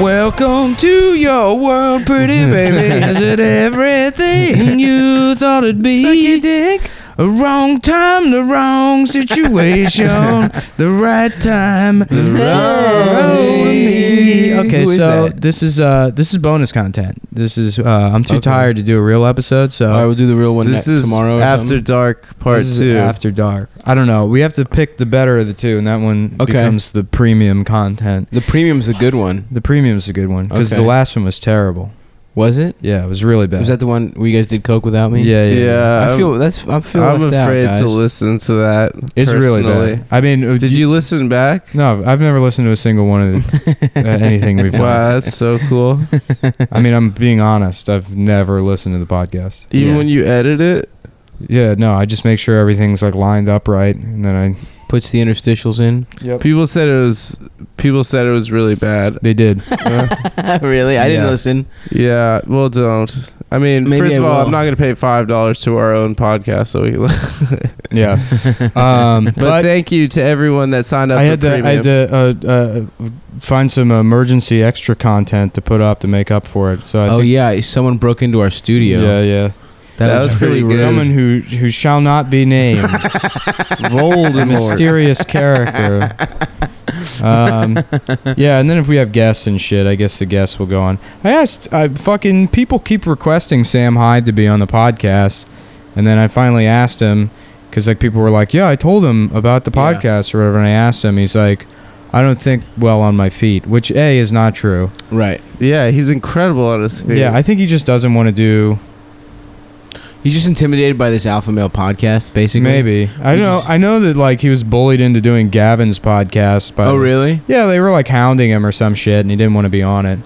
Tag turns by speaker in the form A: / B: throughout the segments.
A: Welcome to your world, pretty baby. Is it everything you thought it'd be? A wrong time, the wrong situation, the right time. Roll with me.
B: Who
A: Okay,
B: is
A: so
B: that?
A: this is uh this is bonus content. This is uh I'm too
B: Okay.
A: tired to do a real episode, so
B: All right, we'll do the real one next
C: this is
B: tomorrow. or
C: After
B: something.
C: Dark Part
A: This is
C: Two.
A: after dark. I don't know. We have to pick the better of the two, and that one
B: Okay.
A: becomes the premium content.
B: the premium's a good one.
A: The premium's a good one because
B: Okay.
A: the last one was terrible.
B: Was it?
A: Yeah, it was really bad.
B: Was that the one where you guys did coke without me?
A: yeah, yeah, yeah.
C: yeah,
B: I feel that's I feel
C: I'm
B: left out,
C: afraid
B: guys.
C: to listen to that.
A: It's really
C: personally.
A: bad. I mean, uh,
C: Did you listen back?
A: No, I've never listened to a single one of the, uh, anything we've done.
C: Wow, that's so cool.
A: I mean, I'm being honest. I've never listened to the podcast.
C: Even
B: Yeah.
C: when you edit it,
A: Yeah, no, I just make sure everything's like lined up right, and then I.
B: Puts the interstitials in.
C: people said it was people said it was really bad.
A: They did.
B: really? I didn't
A: Yeah.
B: listen.
C: Yeah, well, don't. I mean,
B: Maybe
C: first
B: I
C: of all,
B: will.
C: I'm not going to pay five dollars to our own podcast, so we. Can
A: yeah. Um,
C: but, thank you to everyone that signed up.
A: I
C: for
A: had to, I had
C: premium.
A: to uh, uh, find some emergency extra content to put up to make up for it. So I
B: oh
A: think,
B: yeah, someone broke into our studio.
A: yeah, yeah.
B: that,
C: That
B: was,
C: was
B: pretty
C: pretty
B: rude.
C: good.
A: Someone who who shall not be named, a
C: Voldemort.
A: mysterious character. Um, yeah, and then if we have guests and shit, I guess the guests will go on. I asked, I fucking people keep requesting Sam Hyde to be on the podcast, and then I finally asked him because like people were like, yeah, I told him about the
B: Yeah.
A: podcast or whatever, and I asked him, he's like. I don't think well on my feet, which A is not true.
B: Right.
C: yeah, he's incredible on his feet.
A: Yeah, I think he just doesn't want to do.
B: He's just intimidated by this alpha male podcast, basically.
A: Maybe I
B: You
A: know.
B: just-
A: I know that like he was bullied into doing Gavin's podcast. By
B: Oh really?
A: Yeah, they were like hounding him or some shit, and he didn't want to be on it.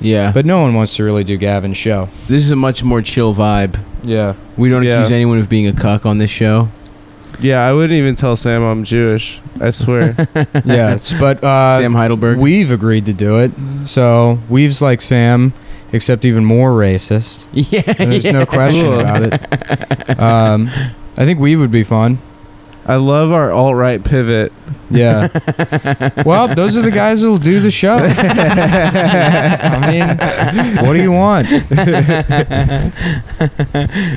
B: Yeah. But
A: But no one wants to really do Gavin's show.
B: this is a much more chill vibe.
A: Yeah.
B: We don't
C: Yeah.
B: accuse anyone of being a cuck on this show.
C: yeah, I wouldn't even tell Sam I'm Jewish. I swear.
A: Yeah. it's- but uh,
B: Sam Heidelberg.
A: We've agreed to do it, so Weave's like Sam, except even more racist.
B: yeah.
A: And there's
B: yeah.
A: no question
C: Cool.
A: about it. Um, I think Weave would be fun.
C: I love our alt right pivot.
A: Yeah. Well, those are the guys that'll do the show. I mean, what do you want?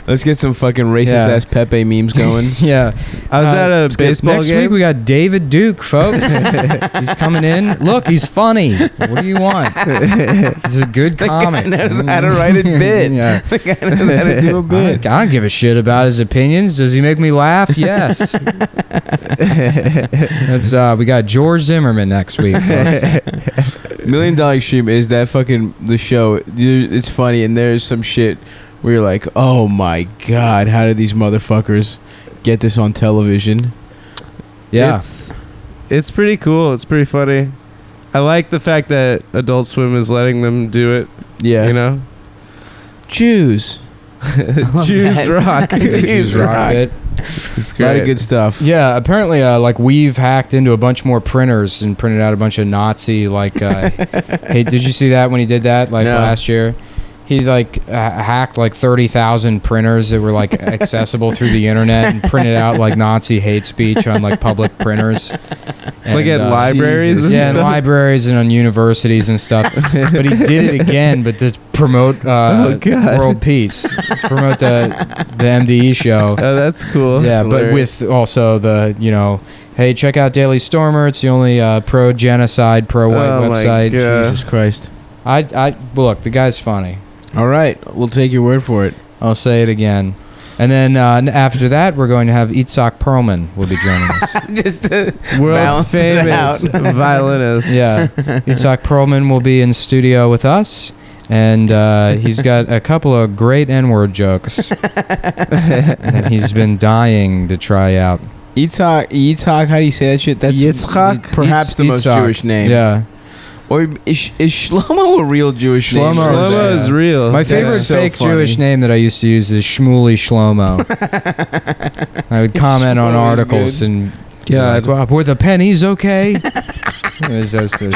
B: Let's get some fucking racist
A: Yeah.
B: ass Pepe memes going.
A: Yeah.
C: I was
A: Uh,
C: at a
A: let's get-
C: baseball
A: next
C: game.
A: week we got David Duke, folks. he's coming in. Look, he's funny. What do you want? He's a good
B: The guy
A: comic.
B: knows how to write a bit.
A: yeah.
B: the guy knows how to do
A: I,
B: a bit.
A: don't- I don't give a shit about his opinions. Does he make me laugh? Yes. That's uh, we got George Zimmerman next week. folks.
B: Million Dollar Stream is that fucking the show. Dude, it's funny, and there's some shit where you're like, oh my god, how did these motherfuckers get this on television?
A: Yeah.
C: It's, it's pretty cool. It's pretty funny. I like the fact that Adult Swim is letting them do it,
B: Yeah,
C: you know?
B: Jews,
C: Jews rock.
B: Jews
A: Rock
B: rock.
A: bit.
C: It's
B: A lot
C: great.
B: of good stuff.
A: Yeah, apparently, uh, like we've hacked into a bunch more printers and printed out a bunch of Nazi like. Uh, hey, did you see that when he did that like
B: No.
A: last year? He like uh, hacked like thirty thousand printers that were like accessible through the internet and printed out like Nazi hate speech on like public printers.
C: Like
A: And,
C: at
A: uh,
C: libraries
B: Jesus.
C: and
A: yeah, in
C: stuff.
A: libraries and on universities and stuff. but he did it again, but to promote uh,
C: Oh, God.
A: world peace, to promote the the MDE show
C: oh, that's cool.
A: yeah,
C: That's
A: but
C: hilarious.
A: with also the you know, hey, check out Daily Stormer. It's the only uh, pro genocide, pro white
C: Oh my
A: website.
C: God. Yeah.
B: Jesus Christ.
A: I, I well, look, the guy's funny.
B: All right, we'll take your word for it.
A: I'll say it again. And then uh, n- after that, we're going to have Itzhak Perlman will be joining us.
B: Just uh, to
C: world
B: balance it
C: famous violinist.
A: yeah, Itzhak Perlman will be in studio with us, and uh, he's got a couple of great N-word jokes that he's been dying to try out.
B: Yitzhak, Yitzhak, how do you say that shit? That's
C: Yitzhak?
B: perhaps the most
A: Yitzhak.
B: Jewish name.
A: Yeah,
B: Or is, is Shlomo a real Jewish name?
A: Shlomo
C: Shlomo
A: Yeah.
C: is real.
A: My
C: That's
A: favorite
B: so
A: fake
B: funny.
A: Jewish name that I used to use is Shmuley Shlomo. I would comment on
B: Shmuly's
A: articles and
C: God.
A: God, like, "Wow, were the pennies okay? Is that- is that- is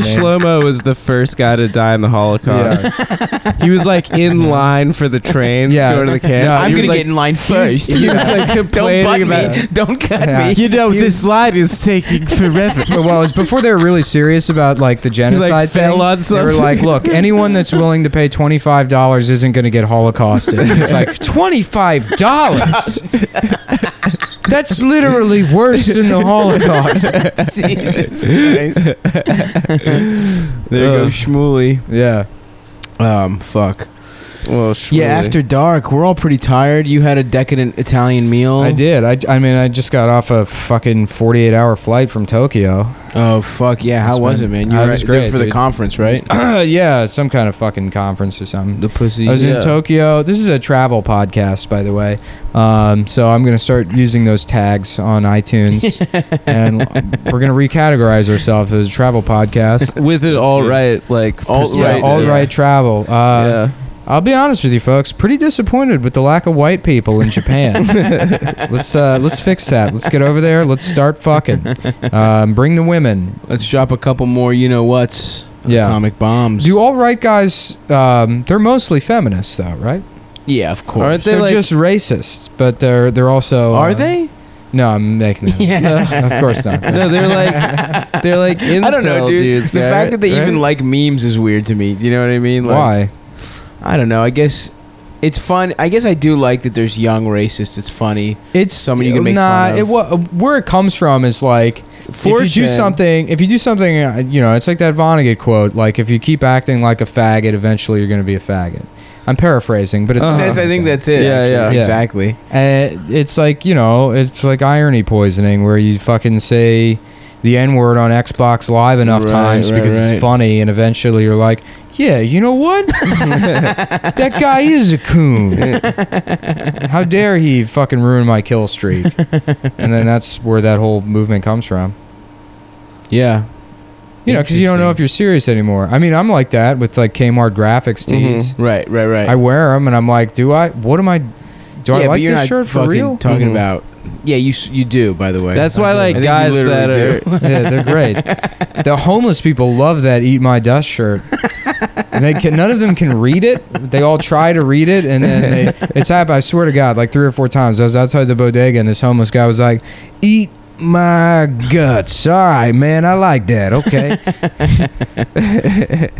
A: the name?
C: Shlomo was the first guy to die in the Holocaust.
A: Yeah.
C: He was like in line for the train
A: Yeah.
C: to go to the camp.
A: Yeah,
C: He
A: I'm
C: was,
A: gonna
C: like,
B: in line
C: he was- He was, like
B: Don't
C: complaining
B: butt
C: about.
B: me. Don't cut
A: Yeah.
B: me.
C: You know
B: He
C: this line is taking forever.
A: But well, it was before they were really serious about like the
C: He
A: genocide
C: like
A: thing.
C: fell on
A: they
C: something.
A: were like, "Look, anyone that's willing to pay twenty five dollars isn't going to get holocausted." It's like twenty five dollars. That's literally worse than the Holocaust.
B: Jesus Christ. there
C: Ugh.
B: goes Shmuley.
A: Yeah,
B: Um, fuck.
C: well, Shmuley.
B: Yeah, after dark, we're all pretty tired. You had a decadent Italian meal.
A: I did. I, I mean, I just got off a fucking forty eight hour flight from Tokyo.
B: Oh fuck yeah! How
A: It's
B: was it,
A: been-
B: man? You
A: uh,
B: were
A: it was
B: right there
A: great,
B: for the
A: dude.
B: conference, right?
A: yeah, some kind of fucking conference or something.
B: The pussy.
A: I was
C: Yeah.
A: in Tokyo. This is a travel podcast, by the way. Um, so I'm going to start using those tags on iTunes, and we're going to recategorize ourselves as a travel podcast.
C: with it all
B: good.
C: right, like
B: All
A: Yeah,
B: right,
A: all
B: yeah.
A: right, travel. Uh,
C: yeah.
A: I'll be honest with you, folks. Pretty disappointed with the lack of white people in Japan. let's uh, let's fix that. Let's get over there. Let's start fucking. Um, bring the women.
B: Let's drop a couple more. You know what's
A: Yeah.
B: atomic bombs.
A: Do all right guys? Um, they're mostly feminists, though, right?
B: yeah, of course.
C: Aren't they
A: They're
C: like?
A: just racist, but they're they're also
B: Are
A: uh,
B: they?
A: No, I'm making that.
B: Yeah.
A: of course not.
C: no, they're like they're like incel
B: I don't know, dude.
C: dudes.
B: the fact that they
C: right?
B: even like memes is weird to me. You know what I mean?
A: Why?
B: Like, I don't know. I guess it's fun. I guess I do like that there's young racists. It's funny.
A: It's
B: Someone you can make
A: nah,
B: fun of.
A: It, wha- where it comes from is like if you
C: 4chan.
A: do something, if you do something, uh, you know, it's like that Vonnegut quote. Like if you keep acting like a faggot, eventually you're going to be a faggot. I'm paraphrasing, but it's
C: Uh-huh.
B: That's, I think that's it.
C: Yeah,
B: actually.
C: yeah.
A: Yeah.
B: exactly.
A: Uh, it's like you know, it's like irony poisoning where you fucking say the N word on Xbox Live enough
B: Right,
A: times
B: right,
A: because
B: right.
A: it's funny, and eventually you're like, yeah, you know what? that guy is a coon. How dare he fucking ruin my kill streak? And then that's where that whole movement comes from.
B: Yeah.
A: You know, because you don't know if you're serious anymore. I mean, I'm like that with like Kmart graphics tees.
B: Right, right, right.
A: I wear them, and I'm like, do I? What am I? Do I
B: Mm-hmm. Yeah, but
A: like
B: you're
A: this
B: not
A: shirt for
B: fucking
A: real?
B: Talking
C: Mhm.
B: about. Yeah, you s- you do. By the way,
C: That's why
B: I
C: like
B: think you
C: guys that
B: literally
C: are
B: do.
A: yeah, they're great. The homeless people love that "Eat My Dust" shirt. And they can, none of them can read it. They all try to read it, and then they, it's happened. I swear to God, like three or four times. I was outside the bodega, and this homeless guy was like, "Eat my guts." All right, man, I like that. Okay,
C: I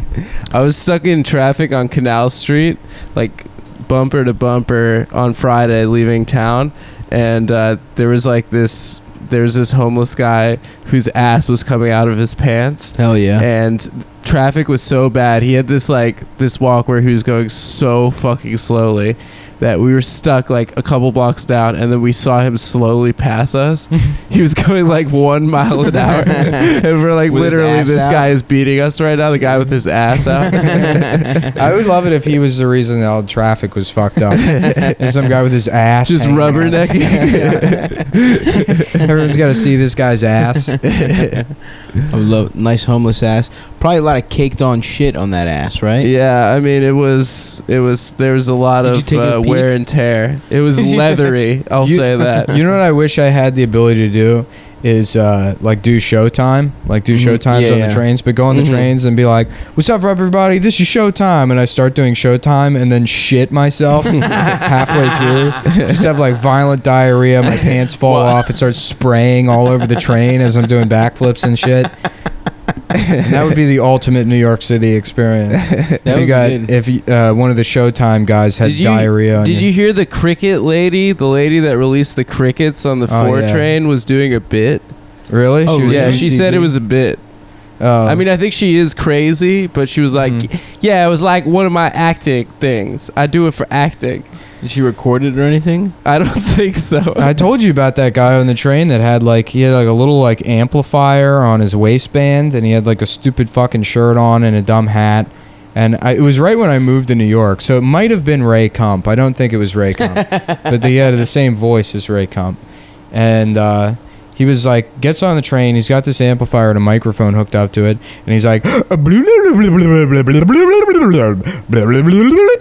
C: was stuck in traffic on Canal Street, like bumper to bumper on Friday leaving town, and uh, there was like this. There's this homeless guy whose ass was coming out of his pants,
B: Hell yeah.
C: and traffic was so bad. He had this like this walk where he was going so fucking slowly that we were stuck like a couple blocks down, and then we saw him slowly pass us. he was going like one mile an hour, and we're like,
B: With his
C: literally,
B: ass
C: this
B: out?
C: guy is beating us right now. The guy with his ass out.
A: I would love it if he was the reason all the traffic was fucked up, and some guy with his ass
C: Just
A: hanging out.
C: rubbernecking.
A: Everyone's got to see this guy's ass.
B: I love nice homeless ass. Probably a lot of caked on shit on that ass, right?
C: yeah, I mean, it was, it was, there was a lot
B: Did you
C: of
B: take a
C: uh,
B: peek?
C: wear and tear. It was
B: Did you-
C: leathery, I'll
A: You-
C: say that.
A: you know what I wish I had the ability to do is uh, like do showtime, like do
C: Mm-hmm.
B: Mhm.
A: showtimes
B: Yeah,
A: on
B: yeah.
A: the trains, but go on
C: Mhm.
A: the trains and be like, "What's up, everybody? This is showtime," and I start doing showtime and then shit myself halfway through. Just have like violent diarrhea, my pants fall off, it starts spraying all over the train as I'm doing backflips and shit. that would be the ultimate New York City experience.
B: That
A: if
B: would
A: you
B: be
A: got
B: good.
A: if you- uh, one of the Showtime guys had
C: Did you-
A: diarrhea. on
C: Did
A: your-
C: you hear the cricket lady? The lady that released the crickets on the
A: Oh,
C: four
A: yeah.
C: train was doing a bit.
A: really?
B: Oh,
A: was
C: yeah,
A: on
C: she
B: UCB?
C: said it was a bit.
A: Oh.
C: I mean, I think she is crazy, but she was like,
A: Mhm.
C: "Yeah, it was like one of my acting things. I do it for acting."
B: Did she record it or anything?
C: I don't think so.
A: I told you about that guy on the train that had like he had like a little like amplifier on his waistband and he had like a stupid fucking shirt on and a dumb hat. And I, it was right when I moved to New York, so it might have been Ray Kump. I don't think it was Ray Kump, but he had the same voice as Ray Kump. And uh, he was like, gets on the train. He's got this amplifier and a microphone hooked up to it, and he's like,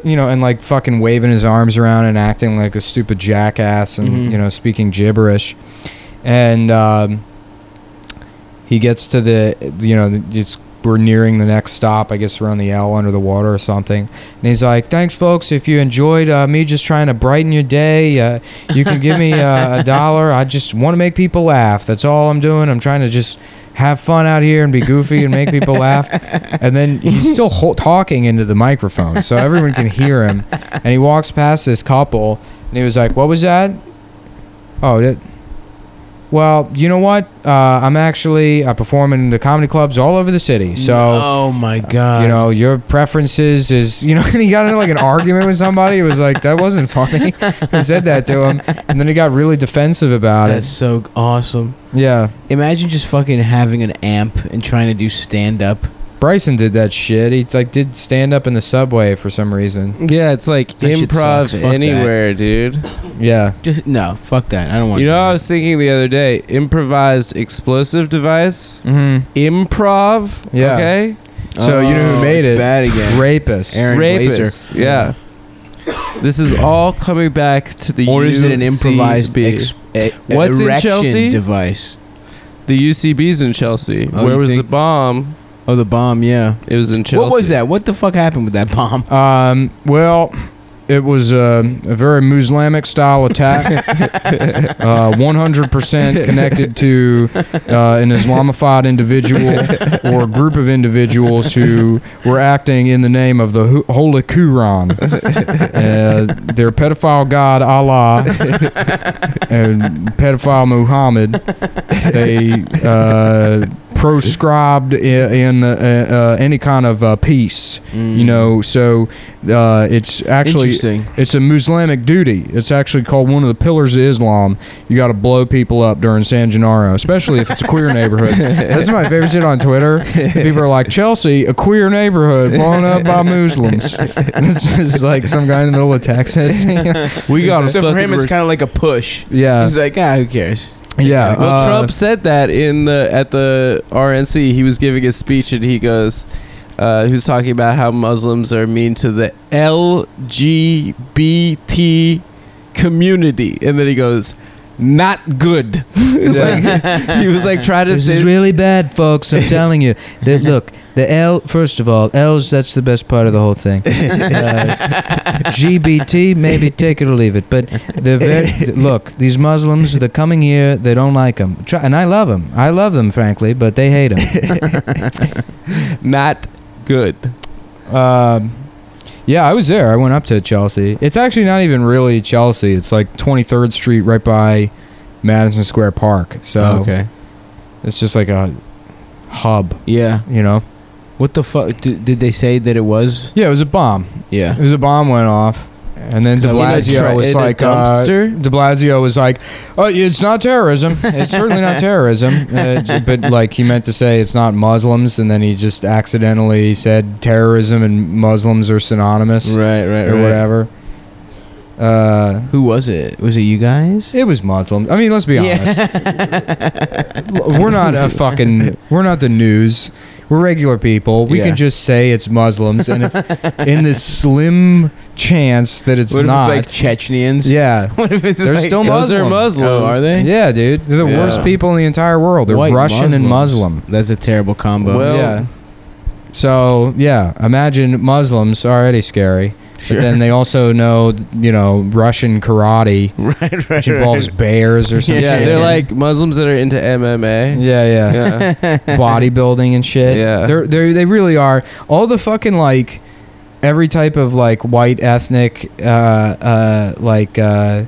A: you know, and like fucking waving his arms around and acting like a stupid jackass, and
B: Mhm.
A: you know, speaking gibberish. And um, He gets to the, you know, it's we're nearing the next stop, I guess around the L under the water or something. And he's like, "Thanks, folks. If you enjoyed uh, me just trying to brighten your day, uh, you can give me uh, a dollar. I just want to make people laugh. That's all I'm doing. I'm trying to just." Have fun out here and be goofy and make people laugh. And then he's still ho- talking into the microphone, so everyone can hear him. And he walks past this couple, and he was like, "What was that?" Oh, that, well, you know what? Uh, I'm actually uh, performing in the comedy clubs all over the city. So, uh,
B: oh my god,
A: you know, your preferences is, you know, and he got into like an argument with somebody. It was like, that wasn't funny. I said that to him. And then he got really defensive about
B: that's
A: it.
B: so awesome.
A: Yeah.
B: Imagine just fucking having an amp and trying to do stand up.
A: Bryson did that shit. He like did stand up in the subway for some reason.
C: Yeah, it's like
B: That shit sucks.
C: improv
B: Fuck that.
C: anywhere, dude.
A: Yeah.
B: Just no, fuck that. I don't want.
C: You know, I
B: that.
C: was thinking the other day, improvised explosive device,
A: Mm-hmm.
C: improv.
A: Yeah.
C: Okay.
A: So you know
B: Oh,
A: who made
B: it's
A: it?
B: Bad again.
A: Rapist.
B: Aaron
C: Rapist.
B: Glazer.
C: Yeah. this is all coming back to the.
B: or is it an
C: UCB.
B: improvised ex- e-
C: What's in
B: erection
C: Chelsea?
B: device?
C: the UCB's in Chelsea.
B: Oh,
C: Where
B: you
C: was
B: think-
C: the bomb?
B: Oh, the bomb. Yeah.
C: It was in Chelsea.
B: What was that? What the fuck happened with that bomb?
A: Um, well, it was uh, a very Muslimic style attack, uh, 100% connected to uh, an Islamified individual or group of individuals who were acting in the name of the Ho- Holy Quran, uh, their pedophile god Allah and pedophile Muhammad. They uh, proscribed in, in uh, uh, any kind of uh, peace
C: Mm.
A: you
B: Mm.
A: know so uh, it's actually
B: Interesting.
A: it's a muslimic duty it's actually called one of the pillars of islam you got to blow people up during san gennaro especially if it's a queer neighborhood that's my favorite shit on twitter people are like chelsea a queer neighborhood blown up by muslims and it's just like some guy in the middle of texas
C: We got
B: So for him, it's kind of like a push.
A: yeah
B: He's like, ah, who cares?
A: yeah
C: Well,
A: uh,
C: Trump said that in the at the RNC. He was giving his speech, and he goes, uh, "Who's talking about how Muslims are mean to the LGBT community?" And then he goes, "Not good." Like, he was like trying to
A: This is
C: say.
A: really bad, folks. I'm telling you. The, look, the L. First of all, L's. That's the best part of the whole thing. Uh, GBT, maybe take it or leave it. But the very, look, these Muslims, they're coming here. They don't like them, Try, and I love them. I love them, frankly, but they hate them.
C: Not good.
A: Um, yeah, I was there. I went up to Chelsea. It's actually not even really Chelsea. It's like 23rd Street, right by Madison Square Park. So
B: okay.
A: it's just like a hub,
B: Yeah.
A: you know.
B: What the fuck? Did, did they say that it was?
A: Yeah, it was a bomb. It
B: Yeah.
A: was a bomb went off, and then De
B: In a
A: Blasio
C: tra-
A: was
C: in a
A: like, uh,
C: dumpster?
A: De Blasio was like, oh, it's not terrorism. It's certainly not terrorism. Uh, but like he meant to say it's not Muslims, and then he just accidentally said terrorism and Muslims are synonymous
B: Right. Right.
A: or
B: right.
A: whatever. Uh,
B: Who was it? Was it you guys?
A: it was Muslim. I mean, let's be honest. we're not a fucking. We're not the news. We're regular people. We
B: Yeah.
A: can just say it's Muslims, and if, in this slim chance that it's
B: what if
A: not,
B: it's like Chechnyans?
A: yeah,
B: What if it's
A: They're
B: like-
A: still
C: Those
A: Muslim.
C: are Muslims.
B: Oh, are they?
A: yeah, dude. They're the
C: Yeah.
A: worst people in the entire world. They're
B: White
A: Russian and
B: Muslims.
A: Muslim.
B: That's a terrible combo.
C: Well-
A: yeah. So yeah, imagine Muslims are already scary,
B: Sure.
A: but then they also know you know Russian karate,
B: right, right,
A: which involves bears or something.
C: Yeah,
B: Yeah.
C: they're like Muslims that are into MMA.
A: Yeah, yeah.
B: uh,
C: Yeah.
A: Bodybuilding and shit.
C: Yeah.
A: They're, they're, they really are. All the fucking, like, every type of, like, white ethnic, uh, uh, like, uh,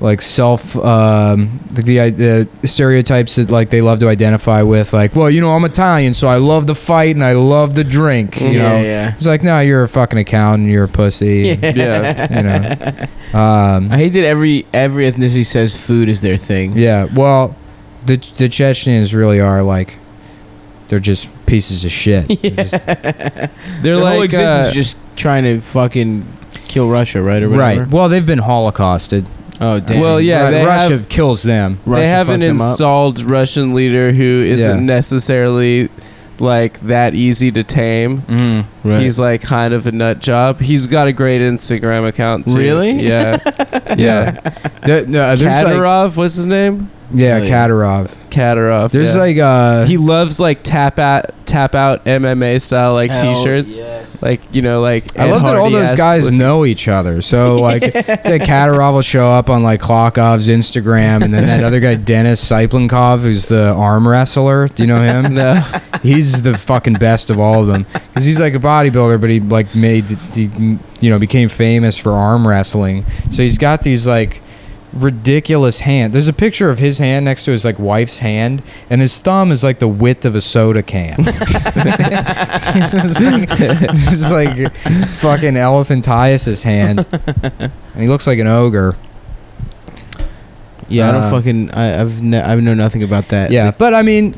A: like self um the, the the stereotypes that like they love to identify with like well you know I'm Italian so I love the fight and I love the drink you
B: yeah,
A: know
B: yeah.
A: it's like no you're a fucking accountant you're a pussy
B: Yeah.
A: Yeah. um
B: I hate that every every ethnicity says food is their thing.
A: Yeah, well, the the Chechens really are like they're just pieces of shit. They're just-
C: They're
B: Their
C: like
B: whole existence
C: uh,
B: is just trying to fucking kill Russia, right? Or whatever.
A: right. Well, they've been holocausted.
B: Oh damn.
C: Well, yeah,
A: Ru-
C: they
A: Russia
C: have-
A: kills them.
B: Russia
C: they have an
B: fucked them up.
C: installed Russian leader who isn't
A: Yeah.
C: necessarily like that easy to tame.
A: Mm.
B: Right.
C: He's like kind of a nut job. He's got a great Instagram account. Too.
B: Really?
C: Yeah. yeah.
A: There- no, there's like-
C: Kadyrov, what's his name?
A: yeah,
B: Really?
A: Kadyrov.
C: Katarov.
A: There's
C: yeah.
A: like uh
C: he loves like tap out tap out MMA style like t-shirts. Like you know, like
A: I
C: Ed
A: love that all
C: Hardy
A: those
C: ass
A: guys
C: look-
A: know each other. So like, say Katarov will show up on like Klokov's Instagram, and then that other guy Dennis Siplenkov, who's the arm wrestler. Do you know him?
C: No.
A: he's the fucking best of all of them because he's like a bodybuilder, but he like made he you know became famous for arm wrestling. So he's got these like ridiculous hand. There's a picture of his hand next to his like wife's hand, and his thumb is like the width of a soda can. this is like fucking elephantiasis hand, and he looks like an ogre.
B: Yeah, I
A: Uh,
B: don't fucking. I, I've ne- I know nothing about that.
A: Yeah, but I mean,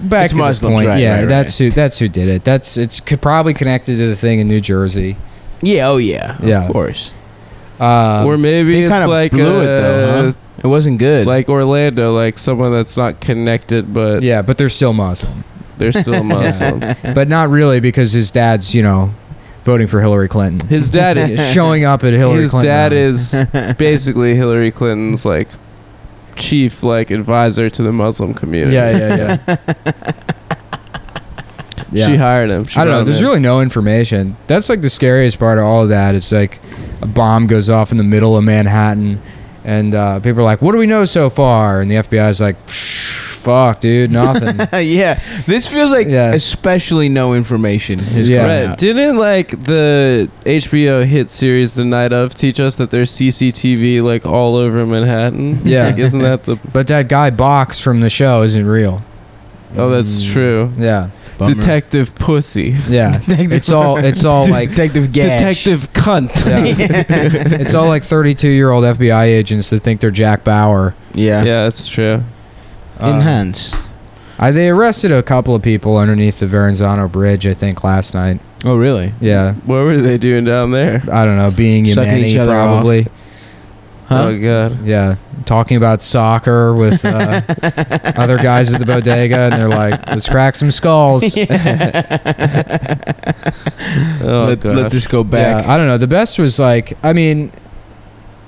A: back
B: It's
A: to
B: Muslims,
A: the point.
B: right,
A: yeah,
B: right,
A: that's who that's who did it. That's it's c- probably connected to the thing in New Jersey.
B: yeah. Oh yeah.
A: Yeah.
B: Of course.
A: Um,
C: or maybe
B: they
C: it's
B: kinda
C: like
B: blew it, though,
C: uh,
B: huh? It wasn't good.
C: like Orlando, like someone that's not connected, but
A: yeah, but they're still Muslim,
C: they're still Muslim.
A: but not really because his dad's you know voting for Hillary Clinton,
C: His dad is
A: showing up at Hillary.
C: his
A: Clinton
C: dad
A: rally.
C: is basically Hillary Clinton's like chief like advisor to the Muslim community.
A: Yeah, yeah, yeah. yeah.
C: She hired him. She
A: I don't
C: brought
A: know.
C: him
A: There's
C: in.
A: really no information. That's like the scariest part of all of that. It's like a bomb goes off in the middle of Manhattan, and uh, people are like, "What do we know so far?" And the FBI is like, "Psh, "Fuck, dude, nothing."
B: yeah. This feels like
A: Yeah.
B: especially no information is
A: Yeah.
B: yeah.
C: Right. Didn't like the HBO hit series The Night of teach us that there's CCTV like all over Manhattan?
A: Yeah.
C: Like, isn't that the
A: but that guy Box from the show isn't real.
C: Oh, that's
A: Mm.
C: true.
A: Yeah,
C: Detective Pussy.
A: yeah. it's all it's all like
B: Detective Gash.
C: Detective Cunt.
A: yeah. it's all like 32 year old FBI agents that think they're Jack Bauer.
B: Yeah.
C: Yeah, that's true.
A: Um,
B: Enhance.
A: I, they arrested a couple of people underneath the Verrazano Bridge, I think, last night.
B: Oh really?
A: Yeah,
C: What were they doing down there?
A: I don't know, being
B: Sucking
A: Yemeni
B: each other off.
A: probably.
B: Huh?
C: Oh god.
A: Yeah, talking about soccer with uh, other guys at the bodega, and they're like, "Let's crack some skulls."
C: Oh
B: let,
C: gosh.
B: let this go back.
A: Yeah, I don't know. The best was like, I mean,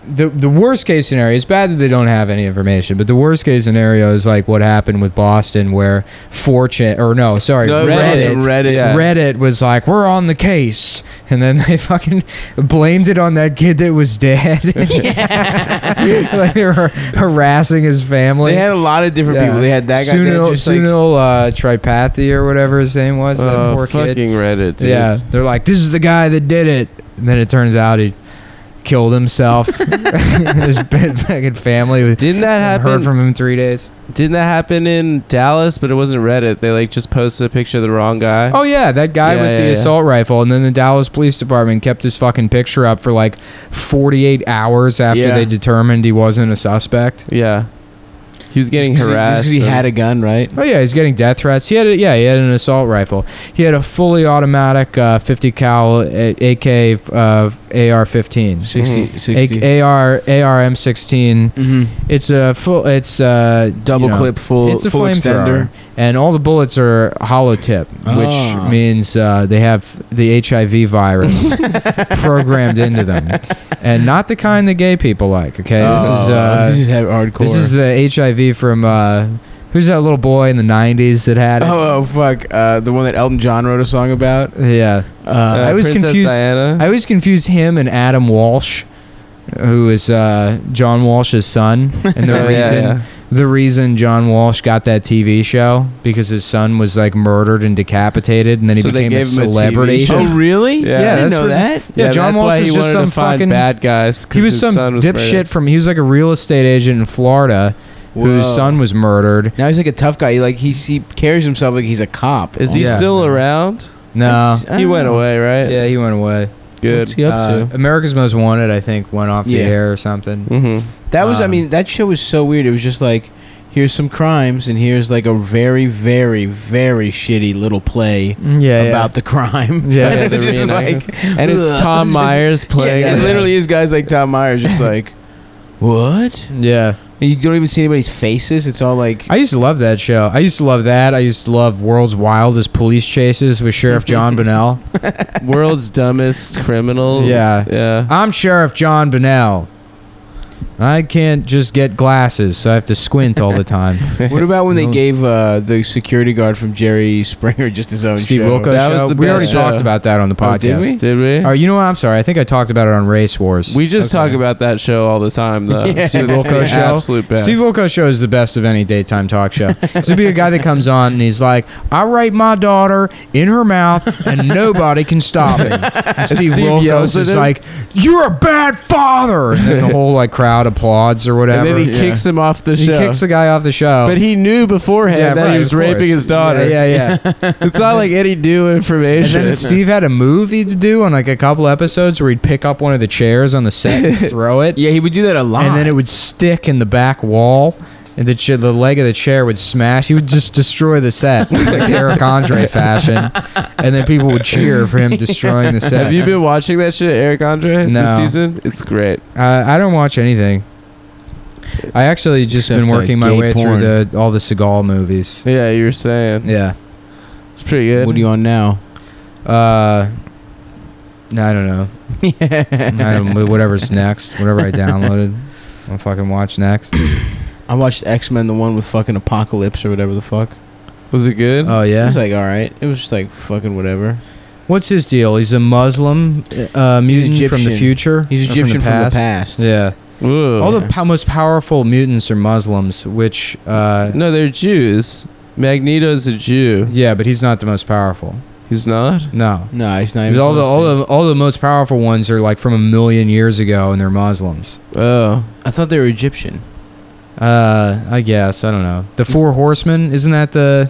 A: the the worst case scenario. It's bad that they don't have any information, but the worst case scenario is like what happened with Boston, where fortune or no, sorry,
B: No,
A: Reddit.
B: Reddit. Reddit.
C: Yeah.
A: Reddit was like, "We're on the case," and then they fucking blamed it on that kid that was dead. like they were harassing his family.
B: They had a lot of different
A: Yeah.
B: people. They had that guy.
A: Sunil,
B: that just like,
A: Sunil uh, Tripathi or whatever his name was. that
C: oh,
A: poor
C: fucking
A: kid.
C: Reddit, dude.
A: Yeah, they're like, "This is the guy that did it," and then it turns out he killed himself. His bed- fucking family was
C: Didn't that happen?
A: heard from him three days.
C: Didn't that happen in Dallas? But it wasn't Reddit. They like just posted a picture of the wrong guy.
A: Oh yeah, that guy
C: Yeah,
A: with the
C: yeah, yeah.
A: assault rifle, and then the Dallas Police Department kept his fucking picture up for like 48 hours after
B: Yeah.
A: they determined he wasn't a suspect.
C: Yeah, he was getting
B: just 'cause he-
C: harassed.
B: Just 'cause he
C: and-
B: had a gun, right?
A: Oh yeah, he's getting death threats. He had a, yeah, he had an assault rifle. He had a fully automatic uh, 50 cal A- AK uh, AR-15.
B: 60, 60.
A: A- AR AR-M16
B: Mhm.
A: It's a full. It's a
B: Double
A: you know,
B: clip, full,
A: It's a
B: full
A: flamethrower,
B: extender.
A: and all the bullets are hollow tip,
B: Ah.
A: which means uh, they have the HIV virus programmed into them, and not the kind that gay people like. Okay, this
B: Oh.
A: is uh,
B: this is heavy- hardcore.
A: this is the HIV from uh, who's that little boy in the '90s that had it?
B: oh, oh fuck, uh, the one that Elton John wrote a song about.
A: Yeah,
B: Uh,
C: Uh,
A: I was
C: Princess
A: confused-
C: Diana.
A: I always confuse him and Adam Walsh, who is uh, John Walsh's son, and the
C: Oh, yeah,
A: reason
C: yeah.
A: the reason John Walsh got that TV show because his son was like murdered and decapitated, and then he
C: So they
A: became a
C: gave him a TV
A: celebrity.
C: show.
B: Oh, really?
C: Yeah.
B: I
A: Yeah,
B: didn't
A: that's
B: know
A: where-
B: that.
A: yeah, John
C: that's
A: Walsh
C: why
A: was
C: he
A: just
C: wanted
A: some
C: to find
A: fucking-
C: bad guys. 'cause
A: he was
C: his
A: some
C: son
A: dipshit
C: murdered.
A: from he was like a real estate agent in Florida whose
B: Whoa.
A: son was murdered.
B: Now he's like a tough guy. He like he, he carries himself like he's a cop.
C: Is he
A: Yeah.
C: still around?
A: No,
B: Is- I
C: He
B: don't
C: went
B: know.
C: away, right?
A: yeah, he went away.
B: What's
C: Good.
B: he up
A: Uh,
B: to?
A: America's Most Wanted, I think, went off
B: Yeah.
A: the air or something.
C: Mm-hmm.
B: That was. I
A: um,
B: mean, that show was so weird. It was just like, here's some crimes, and here's like a very, very, very shitty little play
A: Yeah,
B: about the crime.
A: Yeah, yeah,
B: and it was
A: the
B: just
C: reenactment.
B: like,
C: And it's
B: Ugh.
C: Tom Myers playing.
B: yeah, it
C: it.
B: literally is guys like Tom Myers just like, what?
A: yeah.
B: And you don't even see anybody's faces. It's all like,
A: I used to love that show. I used to love that. I used to love World's Wildest Police Chases with Sheriff John Bonnell.
C: world's dumbest criminals.
A: Yeah.
C: Yeah.
A: I'm Sheriff John Bonnell. I can't just get glasses, so I have to squint all the time.
B: What about when they
A: No.
B: gave uh, the security guard from Jerry Springer just his own
A: Steve
B: show?
A: Wilco
C: That was
A: show.
C: the
A: we already
C: best
A: talked
C: show.
A: about that on the podcast.
B: Oh, did we?
C: Did we?
A: Or you know what? I'm sorry. I think I talked about it on Race Wars.
C: we just
B: Okay.
C: talk about that show all the time, though.
B: Yeah.
C: It's
B: Steve
C: the
A: Wilkos show?
C: Absolute best.
A: Steve Wilco show is the best of any daytime talk show. There'll be a guy that comes on and he's like, "I rape my daughter in her mouth, and nobody can stop him." And Steve,
C: Steve
A: Wilco's
C: yells at
A: is
C: him?
A: like, "You're a bad father," and then the whole like crowd applauds or
C: And
A: whatever.
C: then he
B: Yeah.
C: kicks him off the
A: He
C: show.
A: kicks the guy off the show.
C: but he knew beforehand
A: Yeah,
C: that
A: right,
C: he was
A: of course.
C: raping his daughter.
A: Yeah, yeah. yeah.
C: It's not like any new
A: and
C: information.
A: then Steve had a movie to do on like a couple episodes where he'd pick up one of the chairs on the set, and throw it,
B: Yeah, he would do that a lot.
A: and then it would stick in the back wall, and the ch- the leg of the chair would smash. He would just destroy the set, like Eric Andre fashion, and then people would cheer for him destroying the set.
C: Have you been watching that shit, Eric Andre?
A: No.
C: This season, it's great.
A: uh, I don't watch anything. I actually just
B: Except,
A: been
B: uh,
A: working my
B: gay
A: way
B: porn.
A: through the all the Seagal movies.
C: Yeah, you were saying
A: Yeah.
C: it's pretty good.
B: what are you on now?
A: Uh, no, I don't know. I don't, know, whatever's next, whatever I downloaded, I'll fucking watch next.
B: I watched X Men, the one with fucking Apocalypse or whatever the fuck.
C: Was it good?
A: Oh
B: It
A: yeah,
B: was like all right. It was just like fucking whatever.
A: what's his deal? He's a Muslim uh, mutant from the
B: Egyptian.
A: future.
B: He's
A: or
B: Egyptian from the past. Oh,
A: Yeah,
C: Whoa.
A: all the
B: yeah.
A: po- most powerful mutants are Muslims, which uh,
C: no, they're Jews. Magneto's a Jew.
A: yeah, but he's not the most powerful.
C: He's not.
A: No,
B: No, he's not.
A: 'Cause
B: Even
A: all the
B: close
A: all
B: to-
A: the all the most powerful ones are like from a million years ago, and they're Muslims.
C: Oh,
B: I thought they were Egyptian.
A: Uh, I guess I don't know. The Four Horsemen isn't that the?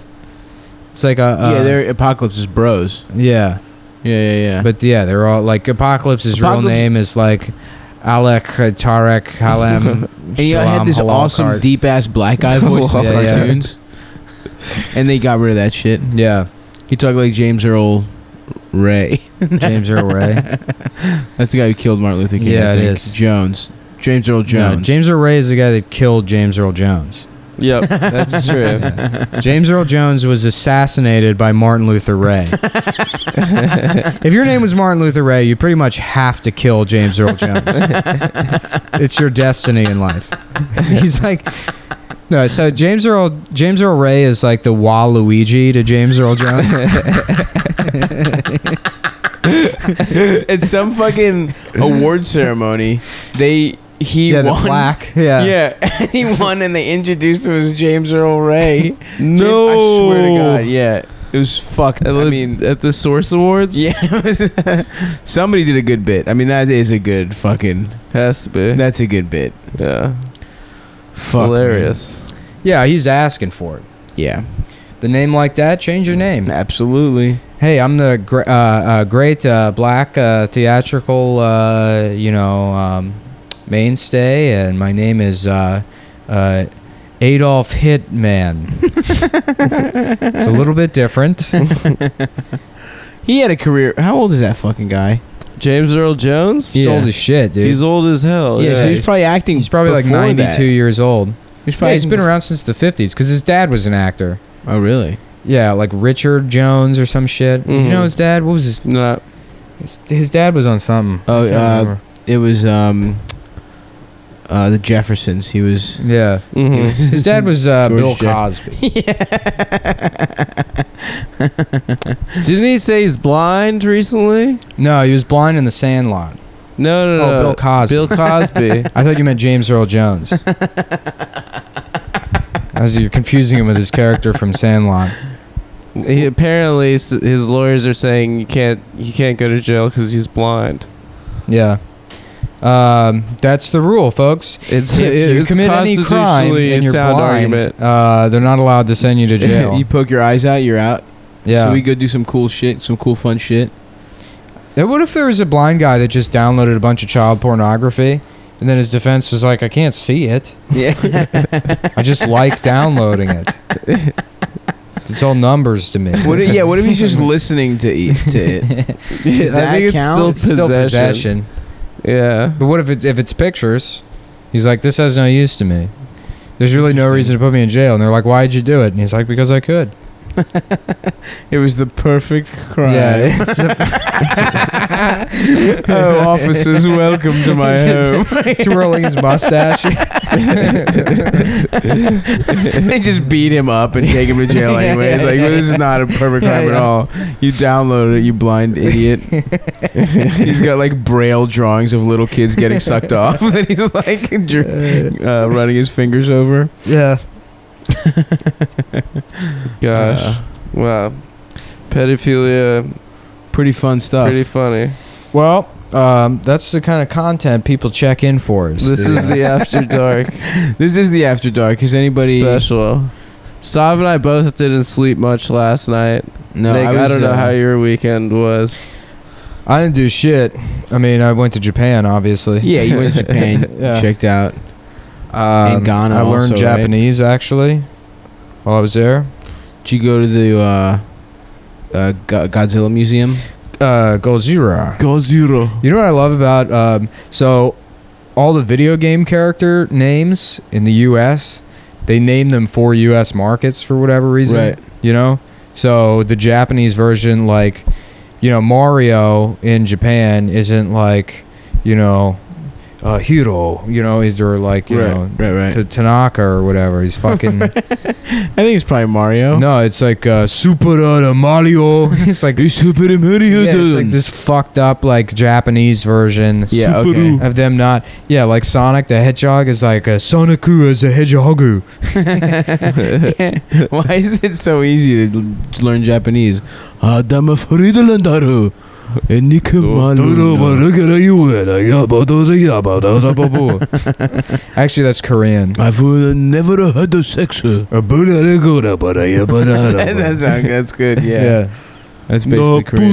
A: It's like a uh,
B: yeah, they're Apocalypse's bros.
A: yeah.
B: Yeah, yeah, yeah.
A: But yeah, they're all like Apocalypse's
B: Apocalypse-
A: real name is like Alec uh, Tarek Halem.
B: and he had this awesome deep ass black guy voice in the
A: Yeah, yeah.
B: cartoons, and they got rid of that shit.
A: yeah,
B: He talked like James Earl Ray.
A: James Earl Ray.
B: That's the guy who killed Martin Luther King.
A: Yeah,
B: I
A: it
B: think.
A: is.
B: Jones. James Earl Jones.
A: No, James Earl Ray is the guy that killed James Earl Jones.
C: yep, that's true.
A: Yeah. James Earl Jones was assassinated by Martin Luther Ray. if your name was Martin Luther Ray, you pretty much have to kill James Earl Jones. it's your destiny in life. He's like no, so James Earl James Earl Ray is like the Waluigi to James Earl Jones.
B: At some fucking award ceremony, they he
A: yeah,
B: won.
A: the plaque. Yeah.
B: Yeah, he won, and they introduced him as James Earl Ray.
C: No,
B: I swear to God, yeah, it was fucked.
C: At,
B: I mean,
C: at the Source Awards,
B: yeah, it was- somebody did a good bit. I mean, that is a good fucking.
C: has to be.
B: That's a good bit.
C: yeah,
B: Fuck,
C: hilarious.
A: Yeah, he's asking for it.
B: man. Yeah,
A: The name like that, change your name.
B: absolutely.
A: Hey, I'm the gr- uh, uh, great uh, black uh, theatrical, uh, you know, um, mainstay, and my name is uh, uh, Adolf Hitman. it's a little bit different.
B: He had a career. How old is that fucking guy?
C: James Earl Jones.
A: He's
B: Yeah.
A: old as shit, dude.
C: He's
A: He's,
C: old as hell.
B: Oh, yeah,
C: Yeah,
B: so he's,
A: he's-
B: probably acting.
A: probably like
B: before
A: 92
B: that.
A: years old.
B: He's probably
A: Yeah, he's been around since the 50s because his dad was an actor.
B: Oh, really?
A: Yeah, like Richard Jones or some shit. You
C: Mhm.
A: know his dad? What was his?
C: Not
A: His, his dad was on something.
B: Oh,
A: I can't
B: uh,
A: remember.
B: It was um, uh, the Jeffersons. He was.
A: yeah.
B: he was-
C: mhm.
A: His dad was uh,
B: George
A: Bill
B: Jack-
A: Cosby.
C: Didn't he say he's blind recently?
A: No, he was blind in the Sandlot.
C: No, no,
A: Oh,
C: no.
A: Bill Cosby.
C: Uh, Bill Cosby.
A: I thought you meant James Earl Jones. As you're confusing him with his character from Sandlot.
C: he apparently s- his lawyers are saying you can't he can't go to jail because he's blind.
A: Yeah. Um, that's the rule, folks.
C: It's
A: If you
C: it's
A: commit any crime
C: constitutionally
A: and
C: a
A: you're
C: sound
A: blind,
C: argument.
A: uh, they're not allowed to send you to jail.
B: you poke your eyes out, you're out.
A: yeah.
B: So we go do some cool shit, some cool fun shit.
A: And what if there was a blind guy that just downloaded a bunch of child pornography, and then his defense was like, "I can't see it.
B: Yeah.
A: I just like downloading it. It's all numbers to me."
B: what if, yeah. What if he's just listening to eat to it? Does
C: I
B: that
C: think
B: count?
C: it's
A: It's
C: still
A: still
C: possession.
A: possession.
C: Yeah.
A: But what if it's if it's pictures? He's like, "This has no use to me. There's really no
B: Interesting.
A: reason to put me in jail." And they're like, "Why'd you do it?" And he's like, "Because I could."
B: It was the perfect crime.
A: Yeah.
B: oh, officers, welcome to my home.
A: twirling his mustache.
B: they just beat him up and take him to jail anyway. It's like well, this is not a perfect crime at all. You downloaded it, you blind idiot. he's got like braille drawings of little kids getting sucked off that he's like dr- uh, running his fingers over.
C: Yeah. Gosh. Uh, Wow. Pedophilia,
B: Pretty fun stuff.
C: pretty funny.
A: well, um, that's the kind of content people check in for. Is
C: This
A: the, uh,
C: is the After Dark
B: this is the after dark. Is anybody?
C: special. Saab and I both didn't sleep much last night.
B: No,
C: Nick, I,
B: was,
C: don't know
B: uh,
C: how your weekend was.
A: I didn't do shit. I mean, I went to Japan, obviously.
B: Yeah, you went to Japan,
A: Yeah.
B: checked out.
A: Um,
B: And Ghana
A: I learned
B: also, right?
A: Japanese actually while I was there.
B: Did you go to the uh, uh, Go- Godzilla Museum?
A: Uh, Gojira.
C: Go zero.
A: You know what I love about um, so all the video game character names in the U.S. They name them for U.S. markets for whatever reason.
B: Right.
A: You know, so the Japanese version, like, you know, Mario in Japan isn't like, you know, uh, Hiro. You know, is there like you
B: right,
A: know
B: right, right.
A: to Tanaka or whatever? He's fucking.
B: I think it's probably Mario.
A: No, it's like uh, Super uh, Mario. it's like Super Mario. Yeah, it's like
B: done.
A: this fucked up like Japanese version.
B: Yeah, okay.
C: Mm.
A: Of them not, yeah, like Sonic the Hedgehog is like uh, Sonicu is a hedgehogu.
B: Why is it so easy to l- to learn Japanese? Adama Furidalandaru.
A: uh,
B: Enikumalu.
A: Actually, that's Korean.
C: Oh,
B: I've never had a sex. That sounds, that's good, yeah. That's basically Korean.